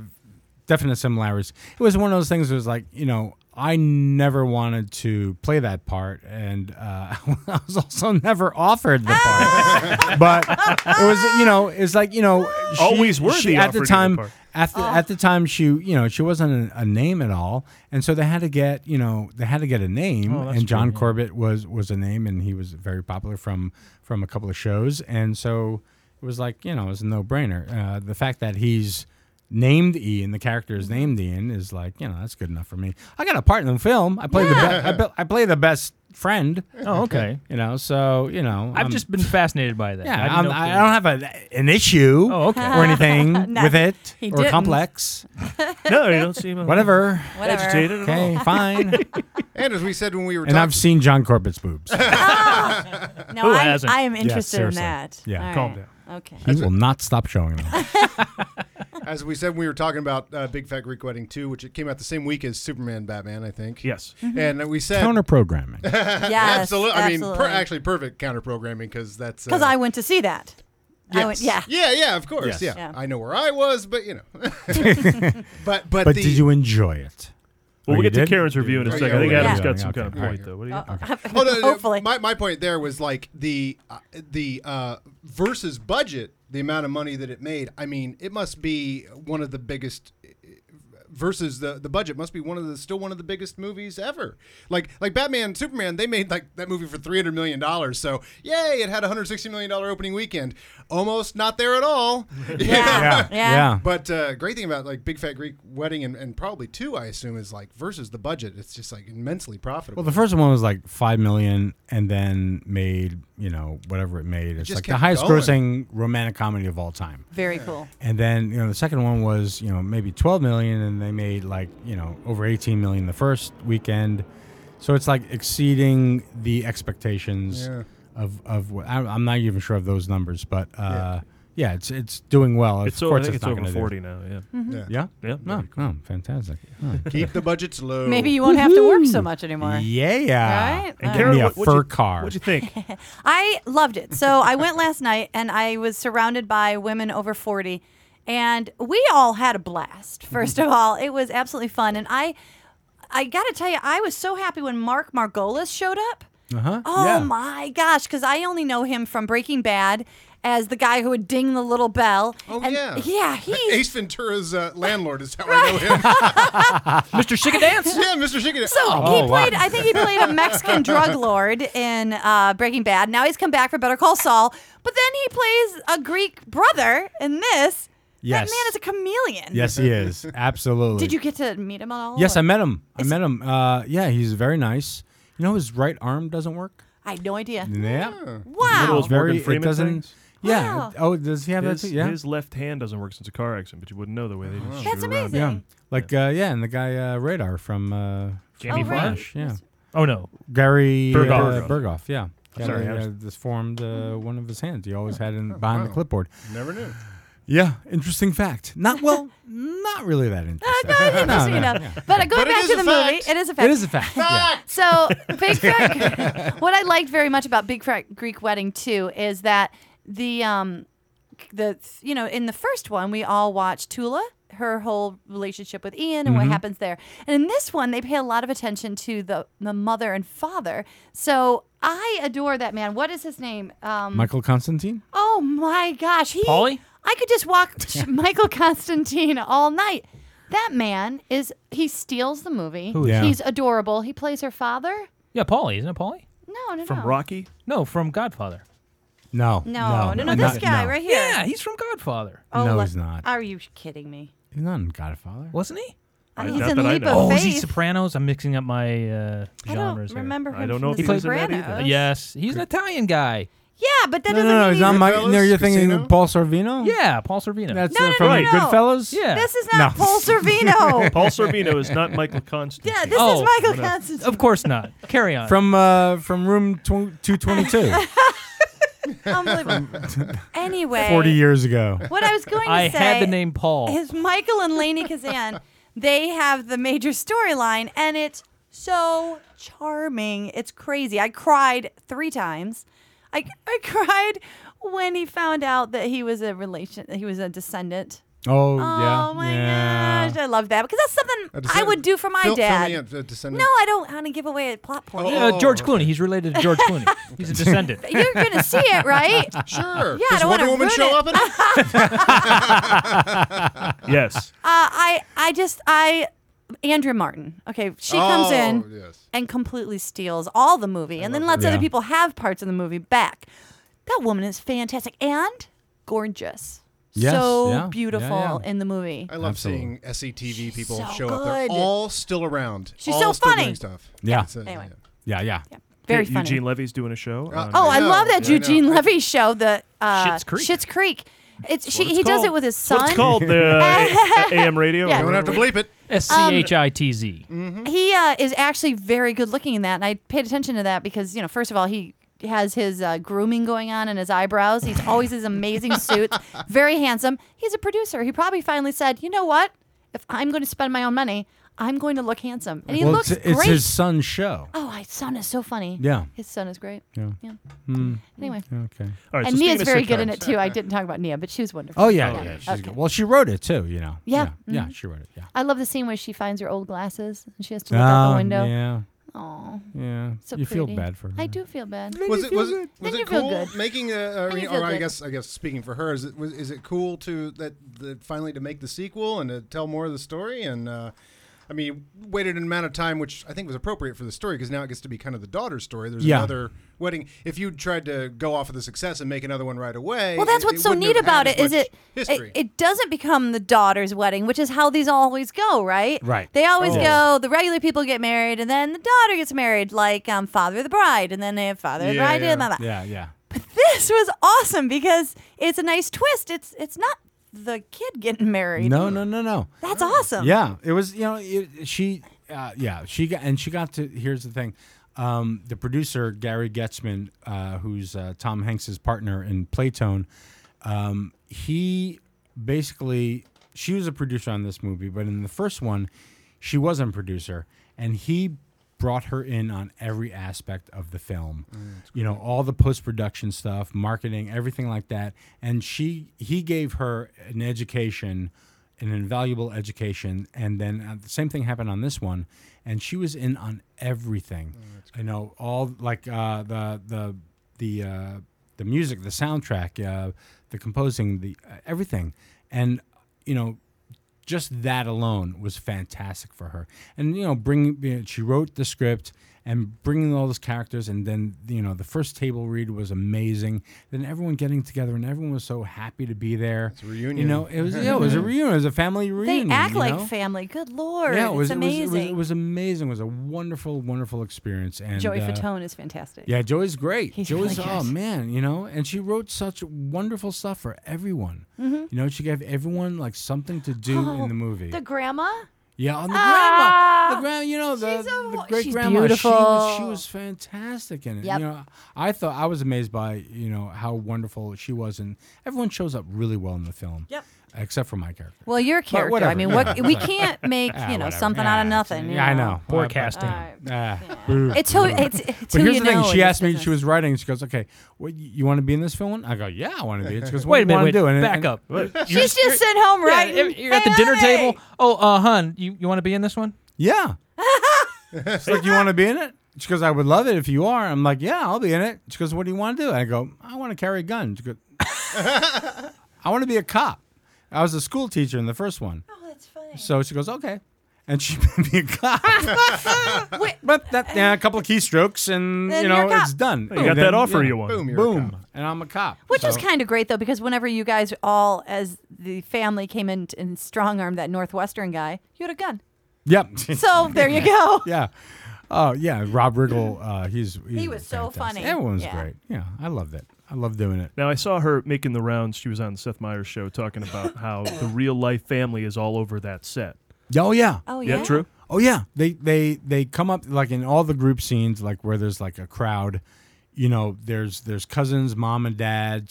definite similarities. It was one of those things. That was like you know, I never wanted to play that part, and uh, I was also never offered the part. but it was you know, it's like you know, she-
Always were
she-
they
at the
offered you the
time.
part.
At the, at the time, she you know she wasn't a, a name at all, and so they had to get you know they had to get a name,
Oh, that's
and John
true, yeah.
Corbett was was a name, and he was very popular from from a couple of shows, and so it was like you know it was a no brainer. Uh, the fact that he's named Ian, the character
Mm-hmm.
is named Ian, is like you know that's good enough for me. I got a part in the film. I play the be- I, be- I play the best friend.
Oh, okay.
You know, so you know
I've
I'm-
just been fascinated by that.
yeah,
I, didn't
I'm,
know if
I
there-
don't have a, an issue
Oh, okay.
or anything
No,
with it
he
or
didn't.
complex.
No, you don't seem
Whatever.
Whatever.
agitated at
Okay,
all.
fine.
and as we said when we were
and I've
talking,
seen John Corbett's boobs.
no,
Who
I'm,
hasn't?
I am
Yeah,
interested in
seriously.
that.
Yeah.
All
Calm
right. Okay.
he will not stop showing them.
as we said when we were talking about uh, Big Fat Greek Wedding 2, which it came out the same week as Superman Batman, I think.
Oh,
Yes.
Mm-hmm.
And we said
Counter programming.
Yes,
absolutely. I mean, per,
absolutely.
actually, perfect counter programming because that's
Because
uh,
I went to see that. I went, yeah.
Yes. Yeah, yeah, of course.
Yes.
Yeah.
Yeah.
I know where I was, but you know. but but,
But
the,
did you enjoy
Well,
it? Oh,
we'll
you
get to
did?
Karen's review in a
Oh,
second.
yeah,
I think
yeah.
Adam's
Yeah.
got some
Okay.
kind of
All right.
point, though. What do you?
Oh, no, no, no.
Hopefully.
My, my point there was like the uh, the uh, versus budget, the amount of money that it made. I mean, it must be one of the biggest versus the the budget must be one of the still one of the biggest movies ever. Like like Batman Superman, they made like that movie for three hundred million dollars. So yay, it had a hundred sixty million dollar opening weekend. Almost not there at all.
Yeah. Yeah.
But uh, great thing about like Big Fat Greek Wedding and, and probably two, I assume, is like versus the budget, it's just like immensely profitable.
Well, the first one was like five million, and then made you know whatever it made. It's
just
like the
kept
highest
going.
grossing romantic comedy of all time.
Very cool.
And then you know the second one was you know maybe 12 million, and they made like you know over 18 million the first weekend. So it's like exceeding the expectations
Yeah.
of of what I- I'm not even sure of those numbers, but uh, yeah. it's it's doing well.
It's
of
over, I
course,
think it's
it's, not
over
gonna do-
40 now. Yeah.
Mm-hmm.
yeah.
Yeah,
Yeah.
no, no, fantastic. Oh.
Keep the budgets low.
Maybe you won't have to work so much anymore.
Yeah,
Right?
and
All
give
right.
me a
what- what'd
fur
you-
car.
What'd you think?
I loved it. So I went last night and I was surrounded by women over 40 and we all had a blast. First of all, it was absolutely fun and I I got to tell you I was so happy when Mark Margolis showed up.
Uh-huh.
Oh
Yeah.
my gosh, cuz I only know him from Breaking Bad as the guy who would ding the little bell.
Oh
And-
yeah,
Yeah, he's
Ace Ventura's uh, landlord is how I know him.
Mr. Chicken Dance.
yeah, Mr. Chicken.
So
Oh,
he
wow.
played. I think he played a Mexican drug lord in uh, Breaking Bad. Now he's come back for Better Call Saul, but then he plays a Greek brother in this.
Yes.
That man is a chameleon.
Yes, he is. Absolutely.
Did you get to meet him at all?
Yes,
or-
I met him. I met him. Uh, yeah, he's very nice. You know, his right arm doesn't work.
I had no idea.
Yeah.
Wow.
Those Morgan Freeman
it doesn't.
things?
Yeah.
Oh. Wow.
Oh, does he have
His,
that too? Yeah.
his left hand doesn't work since a car accident, but you wouldn't know the way they just shoot
That's
it around.
amazing.
yeah. Like uh, yeah, and the guy uh, Radar from uh,
Jamie
Oh, right.
Flash.
yeah,
Oh no.
Gary
Berghoff.
Uh, Berghoff. Yeah. Got
Sorry,
a,
I was- Oh.
uh, disformed uh, one of his hands. He always had in behind the
wow.
clipboard.
Never knew.
Yeah, interesting fact. Not well, not really that interesting.
Not interesting
No, no,
enough.
yeah.
But uh, going
But it
back
is
to
a
the
fact.
movie, it is a fact.
It is a fact. yeah.
So, Big Fat, what I liked very much about Big Fat Greek Wedding too is that the um the you know in the first one we all watched Tula her whole relationship with Ian and what
Mm-hmm.
Mhm.
happens there. And in this one, they pay a lot of attention to the the mother and father. So I adore that man. What is his name? Um,
Michael Constantine?
Oh my gosh, he.
Pauly?
I could just walk sh- Michael Constantine all night. That man is. He steals the movie.
Who is Yeah. he?
He's adorable. He plays her father.
Yeah, Paulie, isn't it Paulie?
No, no, no.
Rocky? No, from Godfather.
No.
No, no, no, this guy right here.
Yeah, he's from Godfather.
Oh,
no,
le-
he's not.
Are you kidding me?
He's not in Godfather.
Wasn't he?
I- he's not in that I Leap know. of
Oh, is he
Faith.
Sopranos? I'm mixing up my uh, genres
I don't
here.
remember I him don't know from if
he
The
plays in that
Sopranos.
either. Yes, he's an Italian guy.
Yeah, but that
No, no,
doesn't
no.
mean
He's not
he's-
Mike. No, you're thinking Paul Sorvino?
Yeah, Paul Sorvino.
That's
No,
uh,
no,
from
no, no, no.
Goodfellas?
Yeah.
This is not Paul Sorvino.
Paul Sorvino is not Michael Constantine.
Yeah, this
Oh,
is Michael
no.
Constantine.
Of course not. Carry on.
From uh, from room tw- 222.
Unbelievable. anyway,
40 years ago.
What I was going to
I
say
had the name Paul.
is Michael and Lainey Kazan. they have the major storyline, and it's so charming. It's crazy. I cried three times. I I cried when he found out that he was a relation. He was a descendant.
Oh, yeah.
Oh my
yeah.
gosh, I love that because that's
A
something I
descendant-
would do for my
fill- fill
dad.
me in, uh, Oh. a descendant.
no, I don't want to give away a plot point.
uh, George Clooney. He's related to George Clooney. He's a descendant.
Um,
You're gonna see it, right?
Sure.
Yeah, I
Does
don't
Wonder
wanna
Woman
ruin
show
it. Uh,
up in it?
yes.
Uh, I I just I Andrew Martin. Okay, she comes
Oh,
in
yes.
and completely steals all the movie, and then
love
lets
her.
other
Yeah.
people have parts of the movie back. That woman is fantastic and gorgeous.
Yes,
so
yeah, yeah,
beautiful
yeah.
in the movie.
I love
Absolutely.
seeing SCTV people
so
show up. They're
good.
all still around.
She's
all
so
still
funny.
Doing stuff.
Yeah.
It's, uh,
Anyway.
Yeah, yeah.
Very
Yeah,
funny.
E- Eugene Levy's doing a show. on-
Oh, I love that
Yeah, I know.
Eugene Levy show. The uh,
Schitt's Creek.
Schitt's Creek. It's, she,
what
he
it's
does it
called.
with his
It's what
son.
it's called, the, uh, A- AM radio or
Yeah.
You don't have to bleep
it.
S C H I T Z.
Mm-hmm.
He uh, is actually very good looking in that, and I paid attention to that because you know, first of all, he has his uh, grooming going on and his eyebrows. He's always his amazing suits, very handsome. He's a producer. He probably finally said, you know what? If I'm going to spend my own money, I'm going to look handsome, and he
well,
looks
it's, it's
great.
his son's show.
Oh, his son is so funny.
Yeah.
his son is great.
Yeah.
yeah.
Hmm.
Anyway,
Okay.
and Nia's very good in it too. I didn't talk about Nia, but she was wonderful.
Oh yeah, yeah. she's good. Well, she wrote it too, you know.
Yeah,
yeah,
mhm.
she wrote it. Yeah.
I love the scene where she finds her old glasses and she has to look out the
Oh,
window.
yeah.
Aw.
Yeah.
So
You feel
pretty.
bad for
I
her.
do feel bad.
Was it was it was
Then
it
you feel
cool
good.
making a? I
Then
mean,
you feel
or I
good.
guess I guess speaking for her, is it was is it cool to that, that finally to make the sequel and to tell more of the story and. uh I mean, you waited an amount of time, which I think was appropriate for the story, because now it gets to be kind of the daughter's story. There's
Yeah.
another wedding. If you tried to go off of the success and make another one right away,
Well, that's
it-
what's
it
so
wouldn't
neat
have
about
had
it is
as much
it,
history.
it it doesn't become the daughter's wedding, which is how these always go, right?
Right.
They always
Oh.
go. The regular people get married, and then the daughter gets married, like um, father of the bride, and then they have father of the bride. and blah, blah, blah.
yeah, yeah.
This was awesome because it's a nice twist. It's it's not the kid getting married.
No, no, no, no.
That's awesome.
Yeah, it was. You know, it, she. Uh, yeah, she got and she got to. Here's the thing. Um, the producer Gary Getzman, uh, who's uh, Tom Hanks's partner in Playtone, um, he basically she was a producer on this movie, but in the first one, she wasn't a producer, and he brought her in on every aspect of the film. you know, all the post-production stuff, marketing, everything like that, and she he gave her an education an invaluable education. And then uh, the same thing happened on this one, and she was in on everything. I know all like uh, the the the uh, the music, the soundtrack, uh, the composing, the uh, everything, and you know. Just that alone was fantastic for her, and you know, bringing you know, she wrote the script and bringing all those characters, and then you know, the first table read was amazing. Then everyone getting together, and everyone was so happy to be there. It's a reunion, you know. It was yeah, it was a reunion. It was a family reunion.
They act
you
like
know?
family. Good lord.
Yeah, it was
it's
it was- it
amazing.
was- It was, amazing. It was a wonderful, wonderful experience. And
Joey
uh,
Fatone is fantastic.
Yeah, Joey's great.
He's
Joey's
really
oh
good.
man, you know, and she wrote such wonderful stuff for everyone.
Mhm.
You know, she gave everyone like something to do
Oh,
in the movie.
The grandma.
yeah, on the
Ah!
grandma, the grand, you know, the,
She's a wo-
the great
she's
grandma. She was, she
beautiful.
was fantastic in it.
Yep.
You know, I thought I was amazed by you know how wonderful she was, and everyone shows up really well in the film.
Yep.
except for my character.
Well, your
But
character.
whatever.
I mean, what we can't make
Ah,
you know
whatever.
something
Yeah,
out of nothing. you
Yeah, I know.
Poor casting.
Ah, boo.
It's who it's, it's
but
who
here's
you
the thing.
know
She
in
asked
this
me. She was writing. She goes, "Okay, what, you, want to be in this film?" I go, "Yeah, I want to be." She goes,
Wait a
"What do you
minute,
wanna
wait,
do?" And-
back
and-
up.
and-
She's just sent home
Yeah,
right.
if you're at the dinner table. Oh, uh, hun, you, you want to be in this one?
Yeah. She's like, "You want to be in it?" She goes, "I would love it if you are." I'm like, "Yeah, I'll be in it." She goes, "What do you want to do?" I go, "I want to carry a gun." She goes, "I want to be a cop." I was a school teacher in the first one. Oh, that's funny. So she goes, "Okay." And she made me a cop. but that, yeah, a couple of keystrokes, and
Then
you
you're a
know
cop.
it's done.
You got
Boom.
that offer
Yeah.
you want.
Boom,
you're a
boom, and I'm a cop.
Which is
So-
kind of great though, because whenever you guys all, as the family came in t- and strong armed that Northwestern guy, you had a gun.
Yep.
So, there you go.
yeah. Oh yeah, Rob Riggle. Uh, he's, he's
He was so funny.
fantastic. Everyone's
Yeah.
great. Yeah, I loved it. I love doing it.
Now I saw her making the rounds. She was on Seth Meyers' show talking about how the real life family is all over that set.
Oh yeah.
Oh
Yeah, yeah. true.
Oh yeah. They they they come up like in all the group scenes, like where there's like a crowd. You know, there's there's cousins, mom and dad,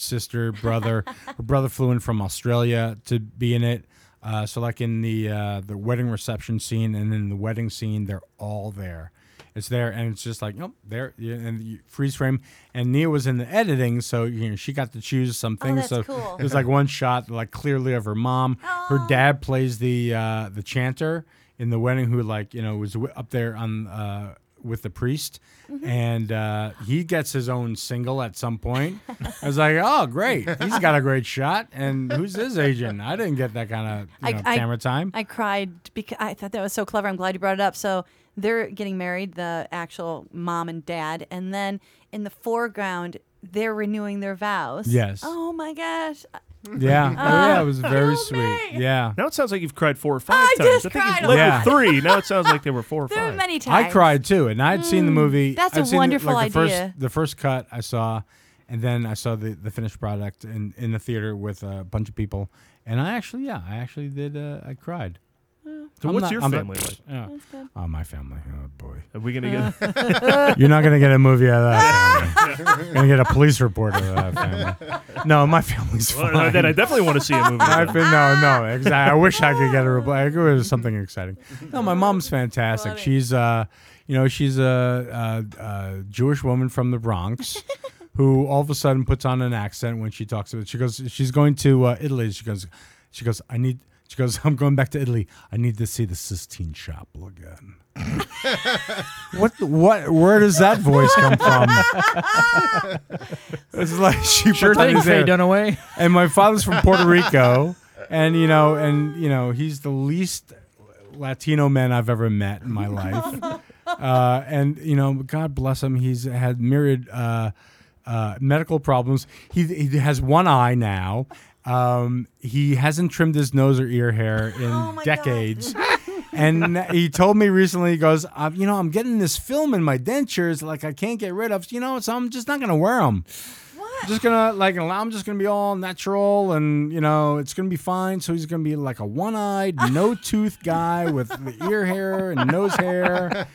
sister, brother. Her brother flew in from Australia to be in it. Uh, so like in the uh, the wedding reception scene and in the wedding scene, they're all there. It's there, and it's just like nope, there, yeah, and you freeze frame. And Nia was in the editing, so you know she got to choose some things.
Oh, that's
so
cool.
there's like one shot, like clearly of her mom. Her dad plays the uh, the chanter in the wedding, who like you know was wi- up there on uh, with the priest, and uh, he gets his own single at some point. I was like, oh great, he's got a great shot. And who's his agent? I didn't get that kind of you know, camera time.
I cried because I thought that was so clever. I'm glad you brought it up. So they're getting married, the actual mom and dad, and then in the foreground they're renewing their vows.
Yes.
Oh my gosh. Uh,
Yeah, Oh, yeah, it was very
kill
sweet. Yeah.
Now it sounds like you've cried four or five
I
times.
just
I think
cried
you've
a
led
lot.
with three. Now it sounds like there were four or
There
five.
were many times.
I cried too, and I had seen the
Mm,
movie.
that's
I'd
a
seen the-
wonderful
like the
idea.
First, the first cut I saw, and then I saw the, the finished product in, in the theater with a bunch of people, and I actually, yeah, I actually did. Uh, I cried.
So
I'm
what's
not-
your
I'm not-
family like?
Yeah. Oh, my family. Oh boy.
Are we gonna get?
You're not gonna get a movie out of that. family. You're gonna get a police report out of that family. No, my family's
Well,
fine.
no, then I definitely want to see a movie.
My
then.
fa- no, no, exactly. I wish I could get a reply. It was something exciting. No, my mom's fantastic. She's, uh, you know, she's a, a, a Jewish woman from the Bronx who all of a sudden puts on an accent when she talks about. She goes, she's going to uh, Italy. She goes, she goes, I need. She goes, I'm going back to Italy. I need to see the Sistine Chapel again. what? the- What? Where does that voice come from? it's like she
Sure
puts on
thing,
his
Faye
hair
Dunaway.
and my father's from Puerto Rico, and you know, and you know, he's the least Latino man I've ever met in my life. Uh, and you know, God bless him, he's had myriad uh, uh, medical problems. He he has one eye now. Um, he hasn't trimmed his nose or ear hair in decades. And he told me recently, he goes, i you know, I'm getting this film in my dentures, like I can't get rid of, you know, so I'm just not gonna wear them. I'm just gonna like allow I'm just gonna be all natural and you know it's gonna be fine. So he's gonna be like a one-eyed, no-tooth guy with the ear hair and nose hair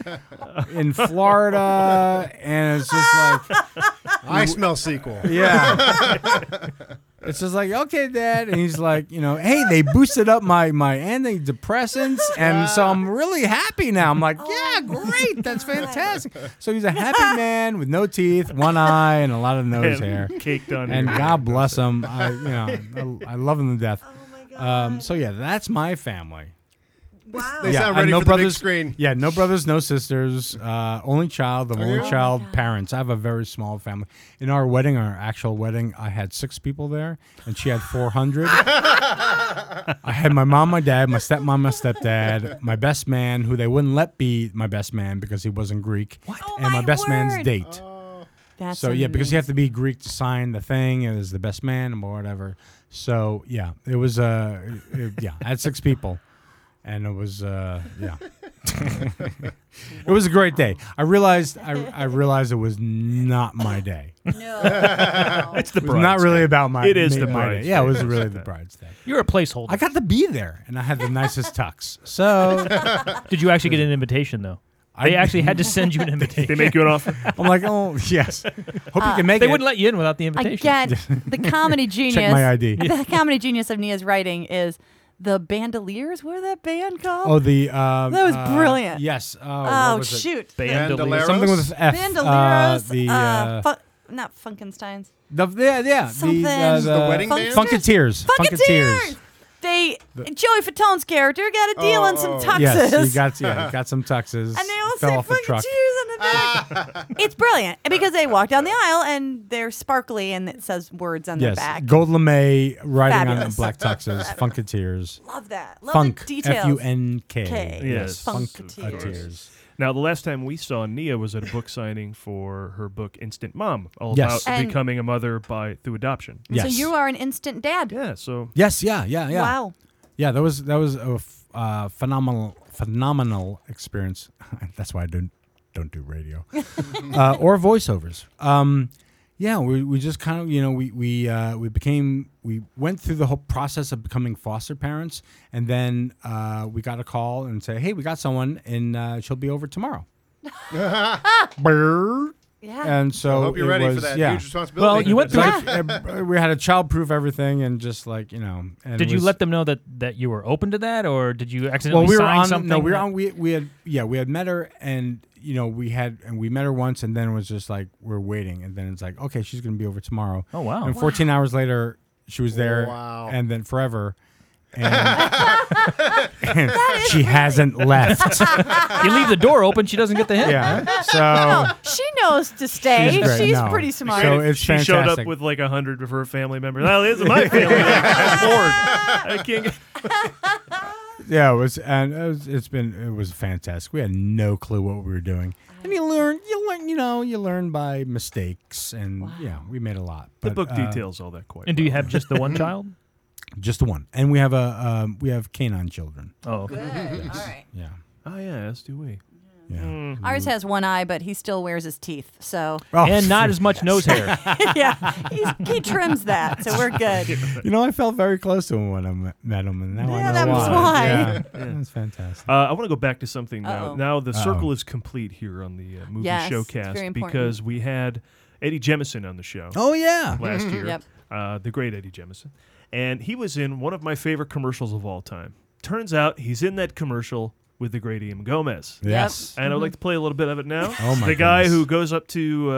in Florida, and it's just like
I smell sequel.
yeah. It's just like okay, Dad, and he's like, you know, hey, they boosted up my my antidepressants, and so I'm really happy now. I'm like, yeah, great, that's fantastic. So he's a happy man with no teeth, one eye, and a lot of nose
And
hair
caked on.
and
your-
God bless him. I, you know, I, I love him to death. Um, so yeah, that's my family.
Wow. They
yeah,
sound
I-
ready
no
for
brothers,
the big screen.
Yeah, no brothers, no sisters. Uh, only child, the
Oh,
only
yeah?
child parents. I have a very small family. In our wedding, our actual wedding, I had six people there, and she had four hundred. I had my mom, my dad, my stepmom, my stepdad, my best man, who they wouldn't let be my best man because he wasn't Greek, and my, best man's
word.
date
That's
so yeah, because you have to be Greek to sign the thing and as the best man or whatever. So yeah, it was uh it- yeah, I had six people, and it was uh yeah, it was a great day. I realized I, I realized it was not my day.
No.
It's the
It was not
bride's
really
day.
about my.
It is
ma-
the
my day.
bride's
Yeah, it
day.
was
Accept
really the
that.
bride's day.
You're a placeholder.
I got to be there, and I had the nicest tux. So
Did you actually get an invitation though? They actually had to send you an invitation.
They make you an offer.
I'm like, oh yes. Hope
Uh,
you can make
they
it.
wouldn't let you in without the invitation.
Again, the comedy genius.
my ID.
The comedy genius of Nia's writing is the Bandoliers. What are that band called?
Oh, the uh,
That was
uh,
brilliant.
Yes. Oh,
Oh,
what was it?
shoot.
Bandolier- Something with F.
Bandoleros.
Uh, the,
uh,
uh,
fu- not Funkensteins.
the yeah yeah
Something.
the uh,
The wedding band?
Funketeers.
Funketeers. They Joey Fatone's character got a deal on some tuxes.
Yes, he got yeah, he got some tuxes.
And they all
fell
say
off a
fucking
truck.
cheers on the back. it's brilliant because they walk down the aisle and they're sparkly and it says words on
Yes,
their back.
gold lame riding on the
Fabulous.
black tuxes. Funketeers.
Love that. Love
Funk.
the details.
F U N K.
K.
Yes.
Funketeers.
Now, the last time we saw Nia was at a book signing for her book Instant Mom, all
Yes.
about
And-
becoming a mother by through adoption.
So you are an instant dad.
Yeah. So
Yes, yeah, yeah, yeah.
Wow.
Yeah, that was that was a f- uh, phenomenal phenomenal experience. That's why I don't don't do radio uh, or voiceovers. Um, yeah, we, we just kind of you know we we uh, we became we went through the whole process of becoming foster parents, and then uh, we got a call and say, hey, we got someone, and uh, she'll be over tomorrow. Brrr.
Yeah.
And so
I hope you're
it
ready for
was-
that
yeah.
huge responsibility.
Well, you went
It's like, uh, we had to childproof everything and just like you know. And it
Did you
was-
let them know that, that you were open to that, or did you accidentally
well, we were
sign
on.
something?
No, we were
that-
on. We we had yeah, we had met her, and you know we had and we met her once, and then it was just like we're waiting, and then it's like okay, she's gonna be over tomorrow.
Oh, wow.
And
Wow.
14 hours later, she was there.
Wow.
And then forever. And, and
That is
she hasn't left.
you leave the door open, she doesn't get the hint.
yeah.
No,
So
she knows to stay.
She's
She's,
great. No.
pretty smart.
So it's
she showed
fantastic.
up with like a hundred of her family members. Oh, these are my family. members. I'm bored. I can't get.
yeah, it was and it was, it's been it was fantastic. We had no clue what we were doing. And you learn, you learn, you know, you learn by mistakes, and yeah, we made a lot.
The
But,
book
uh,
details all that quite.
And do you
well.
have just the one child?
Just the one, and we have a um, we have canine children.
Oh, okay.
Good. All right.
Yeah,
Oh yeah, as do we.
yeah.
Ours
Mm.
has one eye, but he still wears his teeth. So
Oh,
and not as much nose hair.
yeah, he's, he trims that, so we're good.
you know, I felt very close to him when I met- met him, and now I
Yeah,
know
that
why.
was why.
Yeah, that's fantastic.
Uh, I want to go back to something now.
Uh-oh.
Now the
Uh-oh.
circle is complete here on the uh, movie
Yes, it's very
showcast
important.
because we had Eddie Jemison on the show.
Oh yeah,
last year.
Mm-hmm. Yep.
Uh, the great Eddie Jemison. And he was in one of my favorite commercials of all time. Turns out he's in that commercial with the great Ian Gomez.
yes.
And I would like to play a little bit of it now.
Mm-hmm. Oh, my
the guy
goodness. Mm-hmm.
who goes up to uh,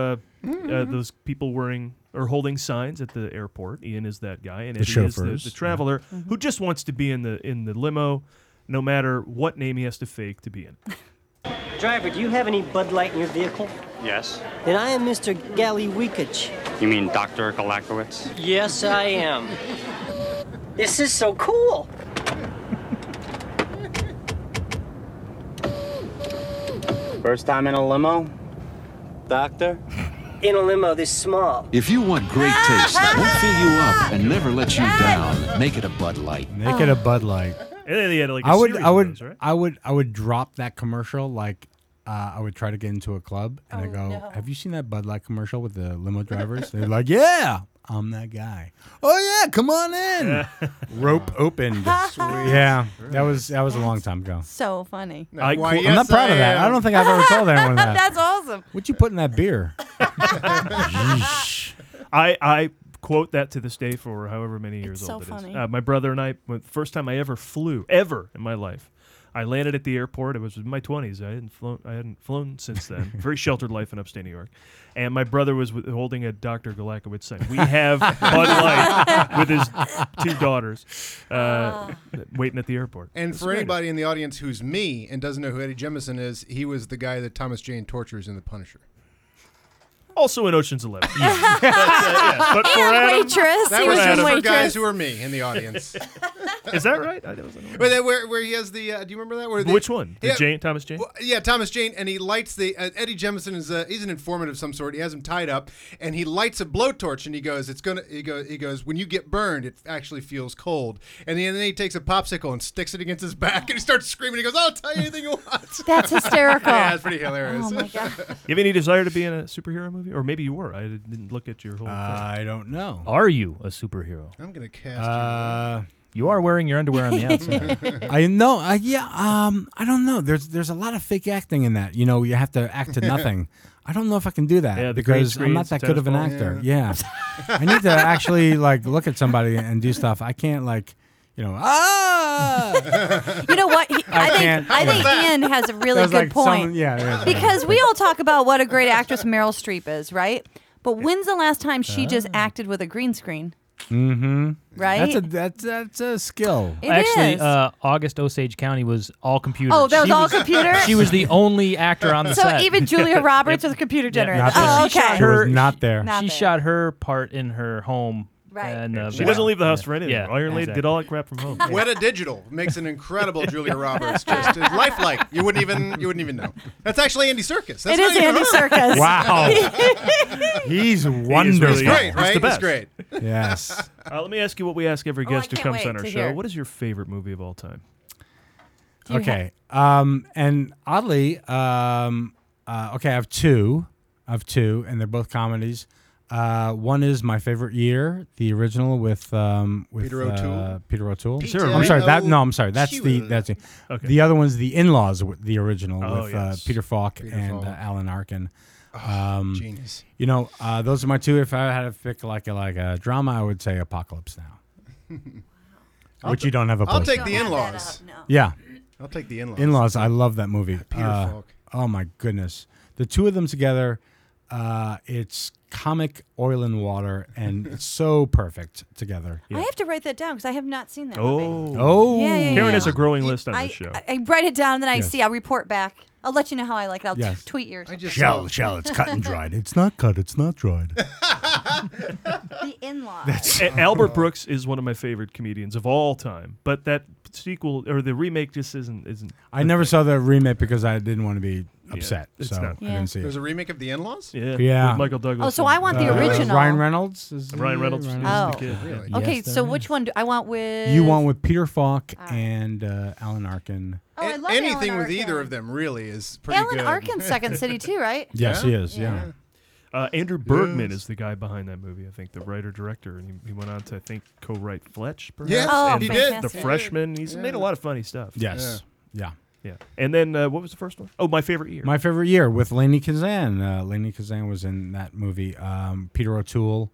uh, those people wearing or holding signs at the airport. Ian is that guy, and
The
Eddie is the,
chauffeurs,
the
yeah.
traveler who just wants to be in the in the limo, no matter what name he has to fake to be in.
Driver, do you have any Bud Light in your vehicle?
Yes.
Then I am Mr. Gally Weekich.
You mean Dr. Galakowicz?
Yes, I am. this is so cool.
First time in a limo? Doctor?
In a limo this small.
If you want great taste that will fill you up and never let you down, make it a Bud Light.
Make it a Bud Light.
And then he had like a
I would,
series
I
of
would,
those, right?
I would, I would drop that commercial. Like, uh, I would try to get into a club, and I go, "Have you seen that Bud Light commercial with the limo drivers?" They're like, "Yeah, I'm that guy." Oh yeah, come on in. Rope opened. Yeah, that was that was a long time ago.
So funny.
I
Cool. I'm not proud of that. I don't think I've ever told anyone that.
That's awesome.
What'd you put in that beer?
I I quote that to this day for however many years
It's so
old it is.
funny.
Uh, my brother and I, when- first time I ever flew ever in my life. I landed at the airport. It was in my twenties. I hadn't flown. I hadn't flown since then. Very sheltered life in upstate New York, and my brother was with, holding a Dr. Galakowitz sign. We have Bud Light with his two daughters
Ah.
uh, waiting at the airport.
And
It's
for
great.
anybody in the audience who's me and doesn't know who Eddie Jemison is, he was the guy that Thomas Jane tortures in The Punisher.
also in Ocean's Eleven. But, uh, yeah. But for
And
Adam-
waitress.
That
he
was
was
just
in
for
waitress.
guys who are me in the audience.
is that right? I don't know.
Where, that- where, where he has the, uh, do you remember that? Where the,
Which one? The
Yeah,
Jane Thomas Jane.
Well, yeah, Thomas Jane, and he lights the uh, Eddie Jemison is uh, he's an informant of some sort. He has him tied up, and he lights a blowtorch, and he goes, "It's gonna." He goes, "He goes when you get burned, it actually feels cold." And then, then he takes a popsicle and sticks it against his back, and he starts screaming. He goes, "I'll tell you anything you want."
That's hysterical.
yeah, that's pretty hilarious.
Oh my god.
You have any desire to be in a superhero movie, or maybe you were? I
Uh,
didn't look at your whole. thing.
I don't know.
Are you a superhero?
I'm gonna cast.
Uh,
You are wearing your underwear on the outside.
I know. Uh, yeah. Um. I don't know. There's there's a lot of fake acting in that. You know, you have to act to nothing. I don't know if I can do that
Yeah, the green
because I'm not
screens,
that good of an
tennis ball.
actor. Yeah. I need to actually like look at somebody and do stuff. I can't like, you know. Ah.
You know what? He, I,
I
think
can't-
I think
yeah.
Ian has a really
That was
good
like
point.
someone- yeah, yeah.
Because we all talk about what a great actress Meryl Streep is, right? But when's the last time she just acted with a green screen?
Oh. Mm-hmm.
Right?
That's a that's that's a skill.
It
Actually,
is.
uh, August Osage County was all computer.
Oh, that was
She
all computer?
She was the only actor on the
so
set.
even Julia Roberts was computer generated.
Not
oh,
there.
okay.
She was not there.
Not
she
there.
shot her part in her home. Right. And, uh,
She doesn't leave the house
yeah.
for anything.
Yeah,
Iron Lady did all that crap from home.
Weta Digital makes an incredible Julia Roberts. Just is lifelike. You wouldn't even you wouldn't even know. That's actually Andy Circus.
It is Andy Serkis.
He's
He
wonderful.
is really good. He's the best.
Yes.
Uh, let me ask you what we ask every
Oh, I
guest who
can't
comes
wait
on our
to
show.
hear.
What is your favorite movie of all time?
Do you
okay. um, and oddly, um, uh, okay, I have two, I have two, and they're both comedies. Uh, one is my favorite year, the original with um, with
Peter O'Toole?
Uh, Peter O'Toole.
Is there a
I'm sorry. That
Peter
no, I'm sorry. That's the
O'Toole.
that's the,
Okay.
the other one's the in laws. The original
Oh,
with
yes.
uh, Peter Falk
Peter
and
Falk.
Uh, Alan Arkin.
Mm.
Um,
genius.
You know, uh, those are my two. If I had to pick like a, like a drama, I would say Apocalypse Now. Which you don't have a
I'll
place
take
for.
the in-laws.
Yeah.
I'll take the in-laws.
In Laws. I love that movie.
Peter
Uh,
Falk.
Oh my goodness, the two of them together, uh, it's comic oil and water, and it's so perfect together.
I have to write that down because I have not seen that movie.
Oh.
Oh,
Yeah, yeah,
Karen
yeah.
has a growing list on
I,
this show.
I, I write it down, then I
Yes.
see. I'll report back. I'll let you know how I like it. I'll t-
Yes.
tweet yours.
I just
Shell,
love-
shell, it's cut and dried. It's not cut. It's not dried.
the in-law.
A- Albert Brooks is one of my favorite comedians of all time, but that sequel or the remake just isn't isn't.
I never saw the remake because I didn't want to be upset,
it's
so
not-
I didn't see
There's
it.
a remake of the in-laws.
Yeah,
Yeah.
with Michael Douglas.
Oh, so
and-
I want the
Uh,
original.
Ryan Reynolds is
Ryan Reynolds is
Oh.
the kid. yeah.
Okay,
Yes,
so
there
which one do I want with?
You want with Peter Falk
All right.
and uh, Alan Arkin.
Oh, I
A-
love
Anything
Alan
with either
Arkin.
of them really is pretty
Alan
good.
Arkin's Second City too, right?
Yes,
Yeah?
he is. Yeah.
Uh, Andrew Bergman
Yes.
is the guy behind that movie. I think the writer director, and he, he went on to I think co-write Fletch. Perhaps?
Yes,
Oh,
and
he
The
fantastic.
did.
Freshman. He's
Yeah.
made a lot of funny stuff.
Yes. yeah.
yeah. And then uh, what was the first one? Oh, my favorite year.
My favorite year with Lainey Kazan. Uh, Lainey Kazan was in that movie. Um, Peter O'Toole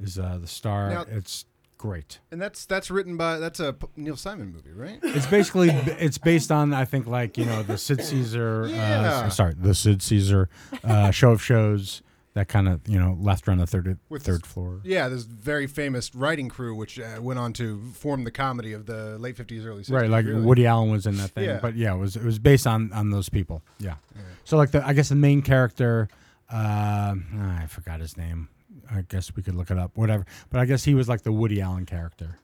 is uh, the star.
Now-
it's great.
And that's that's written by that's a P- Neil Simon movie, right?
It's basically it's based on I think like you know the Sid Caesar.
Yeah.
Uh, sorry, the Sid Caesar uh, show of shows. That kind of you know left on the third
With-
third floor.
Yeah, this very famous writing crew, which uh, went on to form the comedy of the late fifties, early sixties.
Right, like Woody Allen was in that thing,
Yeah.
but yeah, it was it was based on on those people. Yeah, so like the I guess the main character, uh, I forgot his name. I guess we could look it up, whatever. But I guess he was like the Woody Allen character.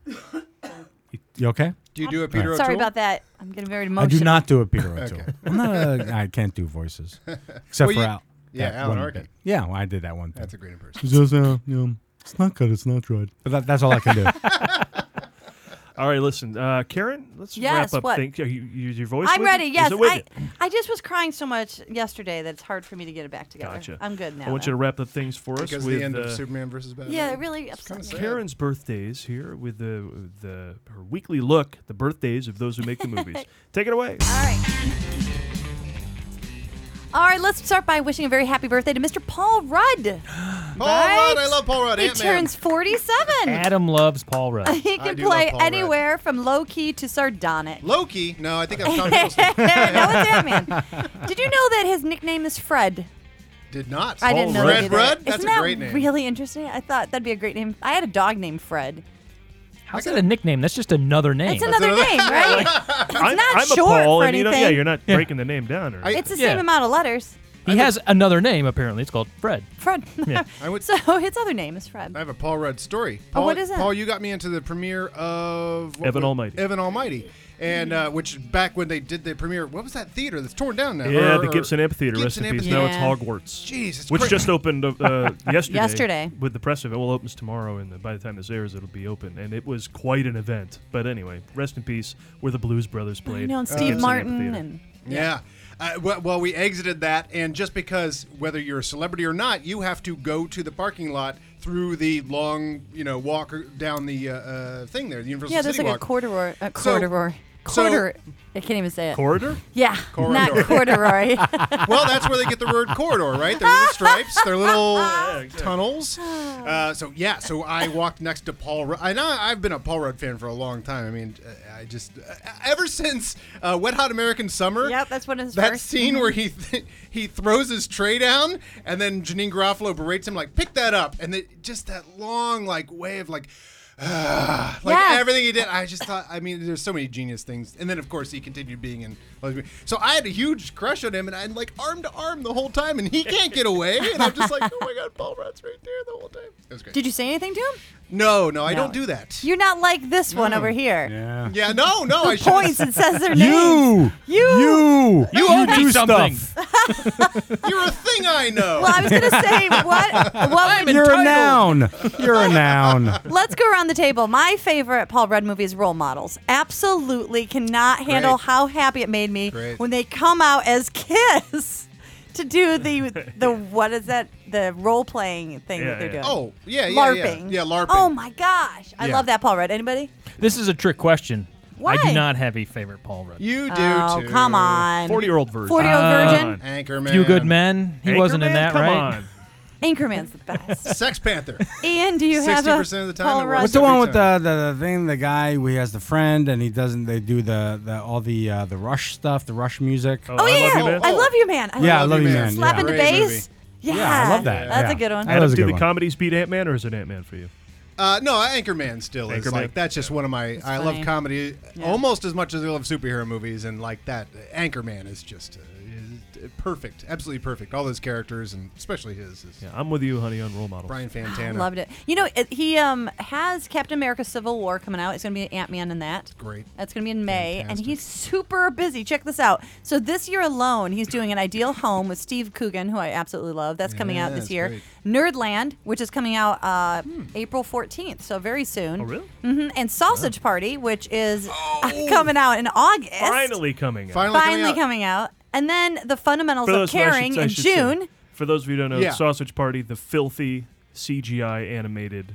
you okay?
Do you do a Peter
Sorry
O'Toole?
about that. I'm getting very
I
Oh,
emotional.
do not do a Peter O'Toole. I'm not a, I can't do voices except
Well,
for
you-
Al.
yeah,
that
Alan
one
Arkin.
bit. Yeah, well, I did that one. Thing.
That's a great impression.
It's just, uh, you know, it's not good. It's not good. But that, that's all I can do.
All right, listen, uh, Karen. Let's
Yes,
wrap up.
what?
Think you, you- your voice.
I'm
with
ready.
you? Is
Yes,
it with
I,
you?
I just was crying so much yesterday that it's hard for me to get it back together.
Gotcha.
I'm good now.
I want you to
though.
wrap up things for us
Because
with
the end
uh,
of Superman versus Batman.
Yeah, it really
It's kinda
upset me.
sad.
Karen's birthdays here with the the her weekly look at the birthdays of those who make the movies. Take it away.
All right. All right, let's start by wishing a very happy birthday to Mr. Paul Rudd.
Paul
Right?
Rudd, I love Paul Rudd.
He
Ant-Man.
turns 47.
Adam loves Paul Rudd.
He
I
can
do love
play
Paul Rudd.
anywhere from low key to sardonic.
Loki. No, I think that was Tom
no, it's
Hiddleston.
Ant-Man. Did you know that his nickname is Fred?
Did not.
I didn't know that.
Fred
either.
Rudd. That's
Isn't
a
that
great name.
really interesting? I thought that'd be a great name. I had a dog named Fred.
How's that a nickname? That's just another name.
It's another
another-
name, right? it's
I'm,
not
I'm
short
a Paul,
for
and you don't,
anything.
yeah, you're not breaking the name down. Or,
I-
it's the
Yeah.
same amount of letters.
he has another name apparently. It's called Fred.
Fred.
I would-
so his other name is Fred.
I have a Paul Rudd story.
Oh,
Paul,
what is it?
Paul, you got me into the premiere of what
Evan
was-
Almighty.
Evan Almighty, and uh, which back when they did the premiere, what was that theater that's torn down now?
yeah,
Or-
the
or-
Gibson Amphitheater.
Gibson
rest in peace.
Amphitheater.
Now it's
Yeah.
Hogwarts.
Jeez, it's
which
crazy.
just opened uh, uh, yesterday.
Yesterday.
With the press of it. Well, it opens tomorrow, and by the time this airs, it'll be open. And it was quite an event. But anyway, rest in peace. Where the Blues Brothers played.
you know, and
at
Steve
Gibson
Martin
Amphitheater.
and
Yeah. Uh, well, well, we exited that, and just because whether you're a celebrity or not, you have to go to the parking lot through the long, you know, walk down the uh, uh, thing there, the Universal
yeah, there's
City
like
Walk.
a corduroy. A
So-
corduroy.
so-
Corduroy. I can't even say it.
Corridor?
Yeah, not corduroy.
well, that's where they get the word corridor, right? Their little stripes, their little tunnels. Uh, so yeah, so I walked next to Paul. Rudd. I know I've been a Paul Rudd fan for a long time. I mean, uh, I just uh, ever since uh, Wet Hot American Summer.
Yep, that's one of his
That
first.
scene where he th- he throws his tray down, and then Janine Garofalo berates him like, "Pick that up," and then just that long like way of like. "Ah," like
Yeah.
everything he did, I just thought. I mean, there's so many genius things, and then of course he continued being in. lesbian. So I had a huge crush on him, and I'm like arm to arm the whole time, and he can't get away, and I'm just like, oh my god, Paul Rudd's right there the whole time. It was great.
Did you say anything to him?
No, no, I
No.
don't do that.
You're not like this one
No.
over here.
Yeah.
Yeah, no, no, I
Who
shouldn't.
points and says their name?
You,
You.
you,
You owe me
do
something.
stuff.
You're a thing I know.
Well, I was gonna say what? What would
You're a noun. You're a noun.
Let's go around the table. My favorite Paul Rudd movie is Role Models. Absolutely cannot handle
Great.
how happy it made me
Great.
when they come out as Kiss to do the the what is that the role playing thing
Yeah,
that they're
yeah.
doing.
Oh, yeah, yeah, yeah.
LARPing.
Yeah, LARPing.
Oh my gosh, I
Yeah.
love that Paul Rudd. Anybody?
This is a trick question. I
Why?
do not have a favorite Paul Rudd.
You do
oh
too.
come on,
40 year old version. Ah.
40-year-old virgin?
Anchorman.
Few Good Men. He wasn't in
Anchorman?
that,
Come
right?
on.
Anchorman's the best.
Sex Panther.
Ian, do you have a
60% of the time it
Paul
works.
Rudd?
What's
What's the one
every
with the, the the thing? The guy who he has the friend, and he doesn't. They do the, the all the uh, the Rush stuff, the Rush music.
Oh,
Oh
I
yeah,
love you, man.
I love you, man. I
yeah, I love you, man.
Slap
yeah.
in the
Great
bass. Yeah.
Yeah, I love that.
That's
Yeah.
a good one.
I That
Adam,
was a
do
good
the
one.
comedies beat Ant Man, or is it Ant Man for you?
Uh, no, Anchorman still is
Anchorman.
like that's just one of my. I
funny.
love comedy almost as much as I love superhero movies, and like that, Anchorman is just uh, is perfect, absolutely perfect. All those characters, and especially his, is
Yeah, I'm with you, honey, on role models.
Brian Fantana.
Loved it. You know, it, he um has Captain America: Civil War coming out. It's going to be Ant Man in that.
Great.
That's going to be in May,
Fantastic.
and he's super busy. Check this out. So this year alone, he's doing an Ideal Home with Steve Coogan, who I absolutely love. That's coming out
Yeah,
this
that's
year.
great. Hmm.
Nerdland, which is coming out uh, April 14th, so very soon.
Oh, really?
hmm And Sausage Party, which is uh, coming out in August.
Finally coming out.
Oh. Finally,
Finally coming
coming. out.
out. And then the fundamentals
For
of
those who I should-
caring
I
in
should say-
June.
for those of you who don't know,
Yeah.
Sausage Party, the filthy CGI animated.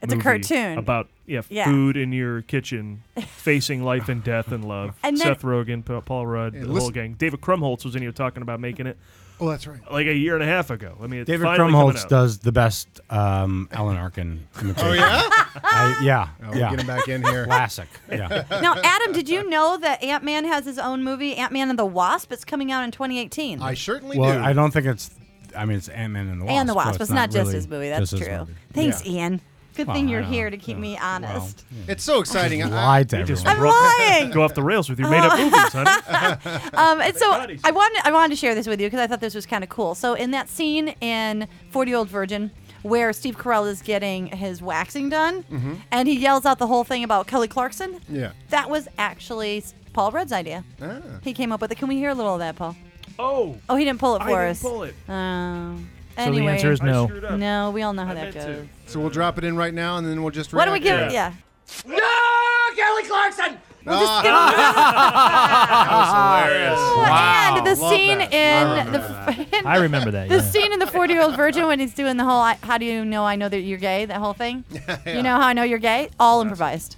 It's a
movie
cartoon.
about yeah,
Yeah.
food in your kitchen, facing life and death and love.
And then-
Seth Rogen, Pa- Paul Rudd,
Yeah,
the whole
listen-
gang. David Krumholtz was in here talking about making it
Oh, that's right.
like a year and a half ago. I mean, it's
David
finally coming
Krumholtz
out.
does the best um, Alan Arkin imitation.
Oh yeah,
I, yeah,
oh,
yeah.
get him back in here.
Classic. Yeah.
Now, Adam, did you know that Ant Man has his own movie, Ant Man and the Wasp? It's coming out in 2018.
I certainly
well,
do.
I don't think it's. I mean, it's Ant Man and the Wasp.
and the
but
Wasp. It's not just
really
his movie. That's
just his
true.
movie.
Thanks,
Yeah.
Ian. Good
Well,
thing
I
you're
know.
here to keep
Yeah.
me honest.
Wow.
It's so exciting.
Yeah.
I-
Lied to
You just
everyone.
I'm lying.
Go off the rails with your made up movies, honey.
Um, and so
God, he's-
I wanted I wanted to share this with you because I thought this was kind of cool. So in that scene in Forty Year Old Virgin. Where Steve Carell is getting his waxing done, and he yells out the whole thing about Kelly Clarkson.
Yeah.
that was actually Paul Rudd's idea.
Ah.
He came up with it. Can we hear a little of that, Paul?
Oh,
Oh, he didn't pull it
I
for
didn't
us.
pull it.
Oh.
So
anyway,
the answer is
I
no.
screwed up.
no. We all know how
I
that
meant to.
goes.
so we'll drop it in right now, and then we'll just.
Why don't we give it?
react to
Yeah.
No, Kelly Clarkson!
Ah,
Ah.
that was hilarious.
Ooh, And the
Love
scene
that.
in the
I remember that.
the
Yeah.
scene in the forty year old virgin when he's doing the whole I, "How do you know I know that you're gay?" That whole thing. You know how I know you're gay? All improvised.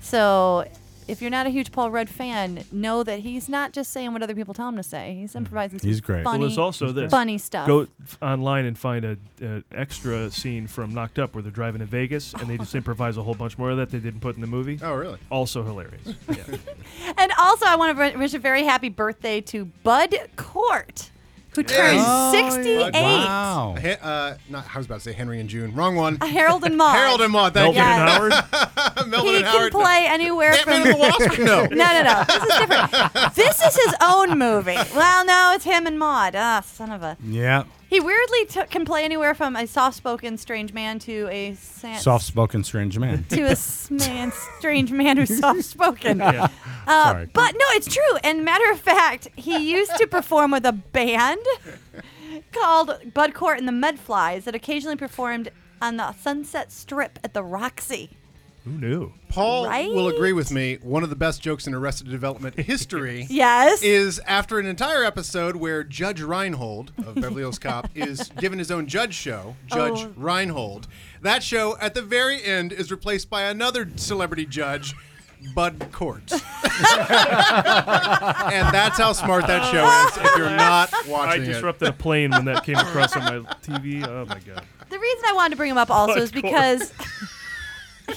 So. If you're not a huge Paul Rudd fan, know that he's not just saying what other people tell him to say. He's
Mm.
improvising. some
He's great. Well,
Funny,
Well, there's also this.
funny stuff.
Go f- online and find a, a extra scene from Knocked Up where they're driving to Vegas and they just improvise a whole bunch more of that they didn't put in the movie.
Oh really?
Also hilarious. Yeah.
And also, I want to wish a very happy birthday to Bud Court, who turned
Oh,
68.
Wow.
He- uh, not, I was about to say Henry and June. Wrong one.
Harold and Maude.
Harold and Maude. Thank
Melvin
Oh. Yeah.
and Howard.
you. Melvin
He
and
can
Howard.
play anywhere
Ant-Man
from.
and the Wasp. No.
No, no, no. This is different. This is his own movie. Well, no, it's him and Maud. Ah, son of a.
Yeah.
He weirdly t- can play anywhere from a soft-spoken strange man to a san-
Soft-spoken strange man.
to a s- man, strange man who's soft-spoken.
Yeah.
Uh,
Sorry.
But no, it's true. And matter of fact, he used to perform with a band called Bud Court and the Medflies that occasionally performed on the Sunset Strip at the Roxy.
Who knew?
Paul
Right?
will agree with me. One of the best jokes in Arrested Development history
Yes.
is after an entire episode where Judge Reinhold of Beverly Hills Cop is given his own judge show, Judge
Oh.
Reinhold. That show at the very end is replaced by another celebrity judge, Bud Cort. and that's how smart that show is if you're not watching
I
it.
disrupted a plane when that came across on my TV. Oh my god.
The reason I wanted to bring him up also
Of
is
course.
because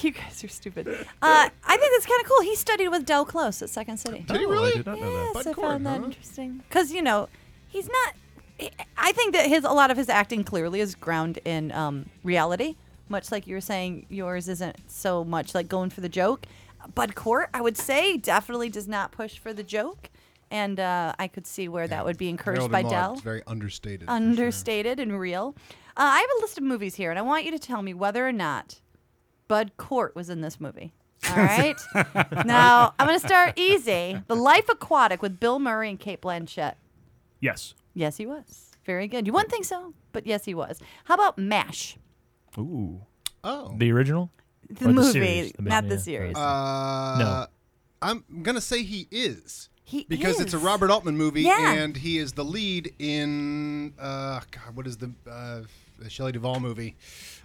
you guys are stupid. Uh, I think that's kind of cool. He studied with Del Close at Second City.
Did he really? Oh, I did not know that.
Yes,
Bud
I
Cort,
found that
huh?
interesting. Because you know, he's not. he- I think that his a lot of his acting clearly is grounded in um, reality, much like you were saying yours isn't so much like going for the joke. Bud Cort, I would say, definitely does not push for the joke, and uh, I could see where that would be encouraged
Harold
by
and Maude
Dell
is very understated. for sure.
understated and real. Uh, I have a list of movies here, and I want you to tell me whether or not Bud Cort was in this movie. All right. now I'm going to start easy. The Life Aquatic with Bill Murray and Kate Blanchett.
Yes.
Yes, he was. Very good. You wouldn't think so, but yes, he was. How about Mash,
Ooh.
Oh.
The original?
the
Or
movie,
series, the ma-
not the
yeah.
series?
Uh,
No.
I'm gonna say he is.
He
because it's a
is.
Robert Altman movie,
Yeah.
and he is the lead in uh, God, what is the uh, the Shelley Duvall movie?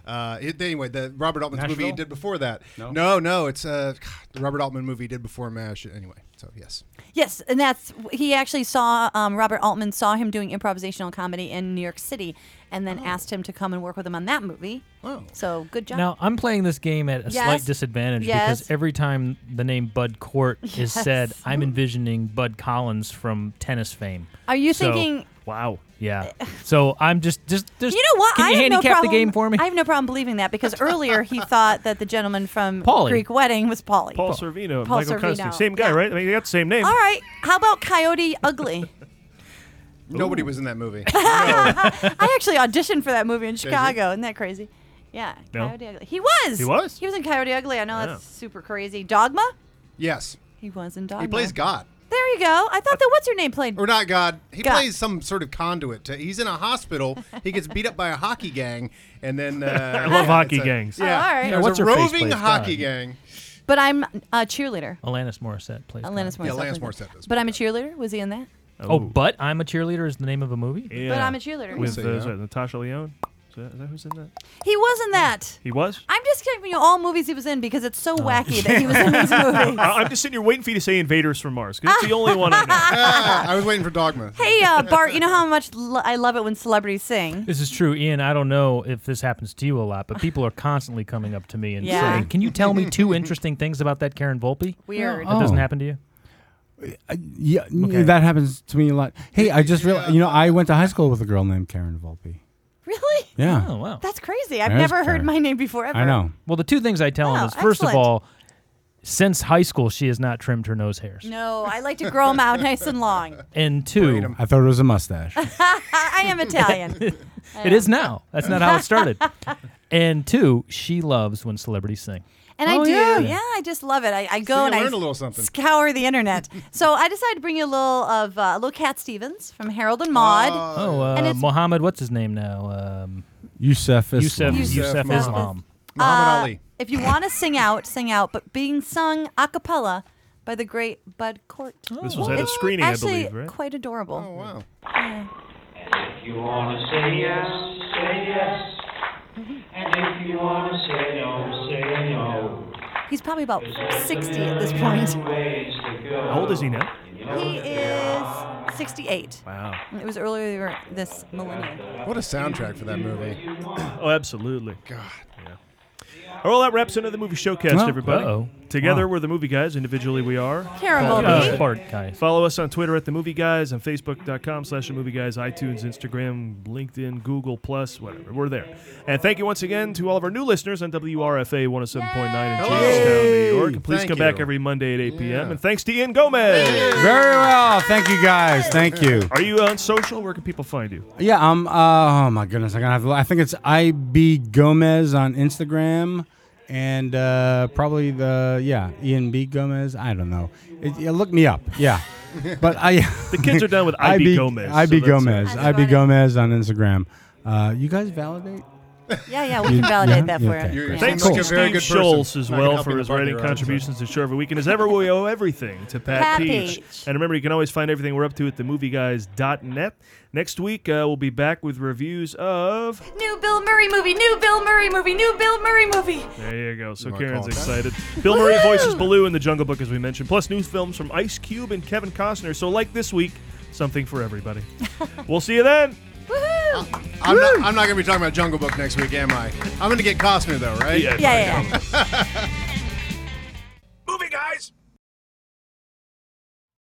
Uh, it, anyway, the Robert Altman movie he
Nashville?
did before that.
No.
no, no, it's uh, God, the Robert Altman movie he did before Mash. Anyway, so yes,
Yes, and that's he actually saw um, Robert Altman saw him doing improvisational comedy in New York City, and then asked him to come and work with him on that movie.
Oh.
So good job.
Now I'm playing this game at a
Yes.
slight disadvantage
Yes.
because every time the name Bud Cort is
Yes.
said, I'm envisioning Bud Collins from tennis fame.
Are you
So-
thinking- Eh.
Wow. Yeah. So I'm just just just.
You know what?
Can you
I have no
handicap
problem.
the game for me?
I have no problem believing that because earlier he thought that the gentleman from
Pauly.
Greek Wedding was Polly.
Paul Servino, and
Paul
Michael Custer.
Sorvino.
Same guy, right? I mean, they got the same name.
All right. How about Coyote Ugly?
nobody was in that movie.
I actually auditioned for that movie in
you?
Chicago. Isn't that crazy? Yeah,
No.
Coyote Ugly. He was.
He was?
He was in Coyote Ugly. I know
Yeah.
that's super crazy. Dogma.
yes,
He was in Dogma.
he plays God.
There you go. I thought that what's your name played.
Or not God. He
God.
plays some sort of conduit. To, he's in a hospital. He gets beat up by a hockey gang, and then uh,
I love hockey
it's a-
gangs.
Yeah,
Oh, all right.
there's
what's
a
her face
roving
plays
hockey
God.
gang.
But I'm a cheerleader.
Alanis Morissette plays.
Alanis Morissette.
Yeah, Lance
plays it.
Morissette does.
But I'm a cheerleader. Was he in that?
Oh, but I'm a cheerleader is the name of a movie.
Yeah.
But I'm a cheerleader.
With
So,
uh,
yeah.
is that Natasha Leone. Is that, is that who's in that?
He was in that.
He was.
I'm just giving you all movies he was in because it's so wacky that he was in these movies.
I- I'm just sitting here waiting for you to say Invaders from Mars because it's the only one I know.
Ah, I was waiting for Dogma.
Uh-huh. Hey, uh, Bart, you know how much lo- I love it when celebrities sing?
This is true, Ian. I don't know if this happens to you a lot, but people are constantly coming up to me and
Yeah.
saying, "Can you tell me two interesting things about that Karen Volpe?"
Weird.
That doesn't
Oh.
happen to you.
Yeah, n- that happens to me a lot. Hey, I just realized, you know, I went to high school with a girl named Karen Volpe.
Really?
Yeah.
Oh wow.
That's crazy. I've
That is
never heard
crazy.
my name before ever.
I know.
Well, the two things I tell
Wow,
him is first of
Oh, excellent.
all, since high school, she has not trimmed her nose hairs.
No, I like to grow them out nice and long.
And two,
I thought it was a mustache.
I, I am Italian.
it is now. That's not how it started. and two, she loves when celebrities sing.
And I
Oh,
do.
yeah.
Yeah. I just love it. I, I go
you
and I
learned a little something.
scour the internet. so I decided to bring you a little of uh, a little Cat Stevens from Harold and Maude.
Oh,
And
uh,
it's-
Mohammed, what's his name now? Um,
Yusef Islam.
Yusef
Yusef, Yusef
Mohammed.
Islam.
Muhammad
Uh,
Ali.
If you want to sing out, sing out, but being sung a cappella by the great Bud Cort.
This was at a
It's
screening, I
actually
believe, right?
quite adorable.
Oh wow.
If you wanna say yes, say yes. And if you wanna say no, say no.
Oh.
He's probably about 60 at this point.
Ways to go.
How old is he now?
He is 68.
Wow.
It was earlier this millennium.
What a soundtrack for that movie.
Oh, absolutely.
God.
Well, that wraps into the movie showcast,
Well,
everybody.
uh-oh.
Together,
Wow.
we're the movie guys. Individually, we are.
Caramel
Uh, Bart, guys.
Follow us on Twitter at the Movie Guys, on Facebook.com slash the Movie Guys, iTunes, Instagram, LinkedIn, Google Plus, whatever. We're there. And thank you once again to all of our new listeners on WRFA 107.9 in
Yay!
Jamestown, New York. And please
Thank
come back
you.
every Monday at 8 p.m.
Yeah.
And thanks to Ian Gomez.
Very well. Thank you guys. Thank you.
Are you on social? Where can people find you?
Yeah, um uh, oh my goodness, I'm gonna have to look. I think it's IB Gomez on Instagram and uh probably the yeah, Ian B Gomez. I don't know. It, yeah, look me up. Yeah. But I
The kids are done with IB Gomez, so
IB
that's, uh,
Gomez.
That's
IB
funny.
Gomez on Instagram. Uh you guys validate?
Yeah, yeah, we can validate that for
you.
him. Yeah.
Thanks
Sounds
to
like a very
Steve
good person.
Schultz as
Not gonna
well
help
for
in a
his
party
writing
or outside.
contributions to Shore Weekend. As ever, we owe everything to Pat,
Pat
Peach.
Peach.
And remember, you can always find everything we're up to at themovieguys.net. Next week, uh, we'll be back with reviews of.
New Bill Murray movie, new Bill Murray movie, new Bill Murray movie.
There you go. So
wanna
Karen's
call it
excited.
that?
Bill Murray
Woohoo!
voices Baloo in The Jungle Book, as we mentioned, plus new films from Ice Cube and Kevin Costner. So, like this week, something for everybody. we'll see you then.
Oh.
I'm not, I'm not going to be talking about Jungle Book next week, am I? I'm going to get Costner, though, right?
Yeah,
Yeah, yeah. yeah.